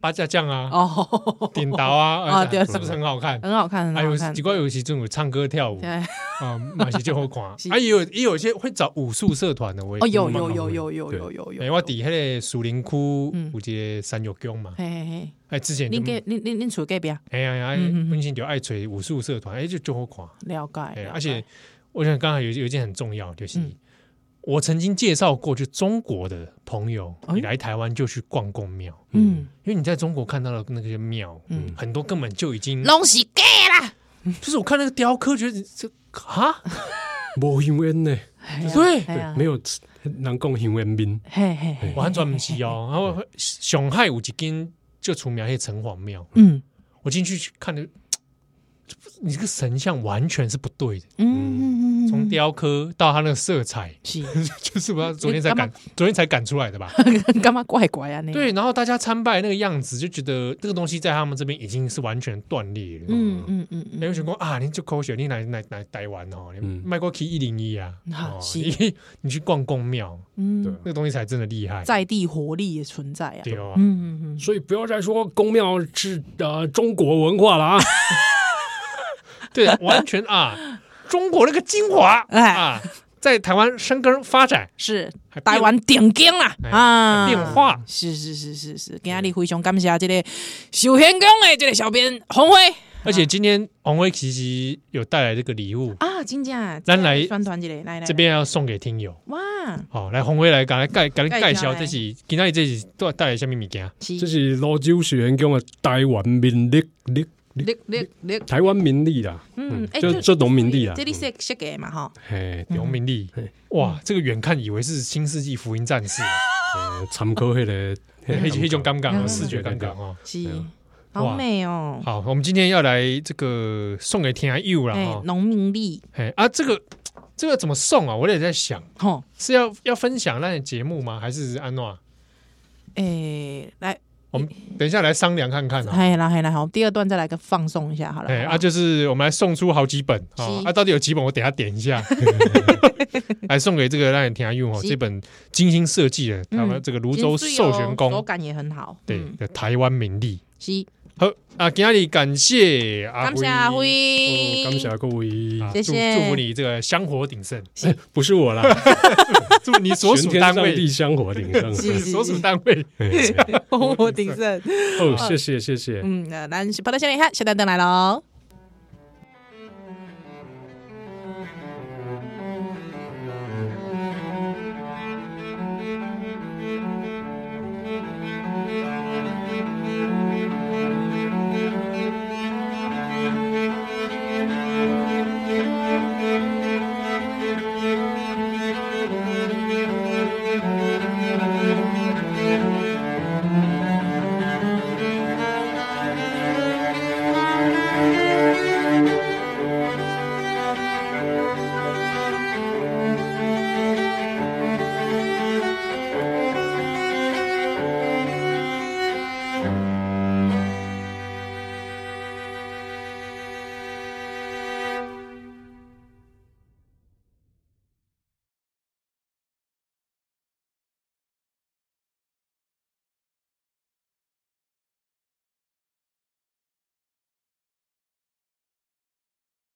B: 八家将啊，
A: 嗯 哦，
B: 点头啊，
A: 啊对
B: 是不是很好看？
A: 很好看，
B: 还
A: 很
B: 有
A: 好看
B: 几。个有哎时这种唱歌跳舞，
A: 对，
B: 啊，马戏就好看，
A: 是
B: 啊，也有也有一些会找武术社团的，我也
A: 哦，有
B: 蛮好
A: 有
B: 的
A: 有有有有有
B: 哎，
A: 有，
B: 我底下个树林区
A: 嗯
B: 有一个三玉宫嘛，
A: 嘿嘿嘿，
B: 哎，之前就
A: 恁给恁恁恁厝隔壁
B: 哎呀呀，
A: 嗯嗯嗯
B: 本身就爱找武术社团，哎，就就好看，
A: 了解，
B: 哎，
A: 了
B: 而且
A: 解
B: 我想刚才有有一件很重要，就是
A: 嗯
B: 我曾经介绍过，就中国的朋友，
A: 哎
B: 你来台湾就去逛逛庙，
A: 嗯
B: 因为你在中国看到的那些庙，
A: 嗯，
B: 很多根本就已经，
A: 拢是假啦，
B: 就是我看那个雕刻，觉得这啊，
C: 无香烟呢，
B: 对
A: 对
C: 对，没有人讲香烟兵，
A: 啊嘿嘿嘿，
B: 完全不是哦。然
A: 嗯
B: 后上海有一间就出名迄城隍庙，
A: 嗯
B: 我进去去看的，你这个神像完全是不对的，
A: 嗯 嗯，
B: 从雕刻到它那个色彩，
A: 是，
B: 就是我昨天才赶，昨天才赶出来的吧？
A: 干嘛怪怪啊？你
B: 对，然后大家参拜那个样子，就觉得这个东西在他们这边已经是完全断裂了。
A: 嗯嗯嗯
B: 哎，
A: 嗯，
B: 我想讲啊，你就口血，你来来来台湾哦，你
C: 嗯
B: 卖过去一零一啊，
A: 啊
B: 哦
A: 是
B: 你 你去逛公庙，
C: 对啊
A: 嗯，
B: 那个东西才真的厉害。
A: 在地活力也存在啊，
B: 对哦，
A: 嗯嗯
C: 所以不要再说宫庙是呃中国文化了啊，
B: 对，完全啊，中国那个精华
A: 哎
B: 啊，在台湾生根发展，
A: 嗯，是
B: 还变
A: 台湾顶尖啦
B: 哎
A: 啊！
B: 还变化
A: 是是是是是，今日非常感谢这个首贤宫的这个小编洪辉
B: 而且今天王威其实有带来这个礼物，
A: 啊，真正
B: 咱来
A: 宣传一下，来来
B: 这边要哎送给听友。
A: 哇，
B: 好，来红威来，赶快盖赶快
A: 介
B: 介
A: 绍
B: 绍
A: 来
B: 这是今天这是带带来什么物件？
A: 是
C: 这是泸州学员讲的台湾民力力，
A: 你你你，
C: 台湾民力啦，
A: 嗯，哎，
C: 就就农民力啦
A: 这，里设设计的嘛哈，
C: 嘿，
B: 刘明利
C: 嗯，
B: 哇，这个远看以为是新世纪福音战士，
C: 呃参考迄个
B: 黑黑种
C: 感
B: 杠杠
A: 嗯
B: 视觉杠杠哦。
A: 是
C: 嗯，
A: 好美哦，
B: 好，我们今天要来这个送给天涯 you 了
A: 哎
B: 哈，。
A: 农民力，
B: 哎哦啊，这个这个怎么送啊？我也在想，
A: 吼，
B: 是要要分享那节目吗？还是安诺？
A: 哎，来
B: 我们啊等一下来商量看看啊。
A: 嘿啦嘿啦，好，第二段再来个放松一下好了。
B: 哎
A: 好不好
B: 啊，就是我们来送出好几本啊、哦，
A: 是
B: 啊，到底有几本？我等一下点 一下，来送给这个让你听下用哦，
A: 是
B: 这本精心设计的，他们
A: 嗯
B: 这个泸州
A: 真
B: 寿
A: 水
B: 玄
A: 哦手
B: 宫
A: 感也很好。
B: 对
A: 嗯
B: 的台湾名利。
A: 是，
B: 好啊，今天感谢阿
A: 感谢阿
B: 辉，
A: 辉，
C: 哦，感谢各位，
B: 啊
A: 谢
B: 祝
A: 谢
B: 祝福你这个香火鼎盛，
C: 不是我啦，
B: 祝你所
C: 玄
B: 属
C: 天
B: 单
C: 上
B: 位
C: 帝，香火鼎盛。
A: 是
B: 你所属单位，
C: 嘿
A: 我鼎盛。
C: 哦，谢谢谢谢，
A: 呃嗯，那咱是跑到下面一下，下单灯来喽。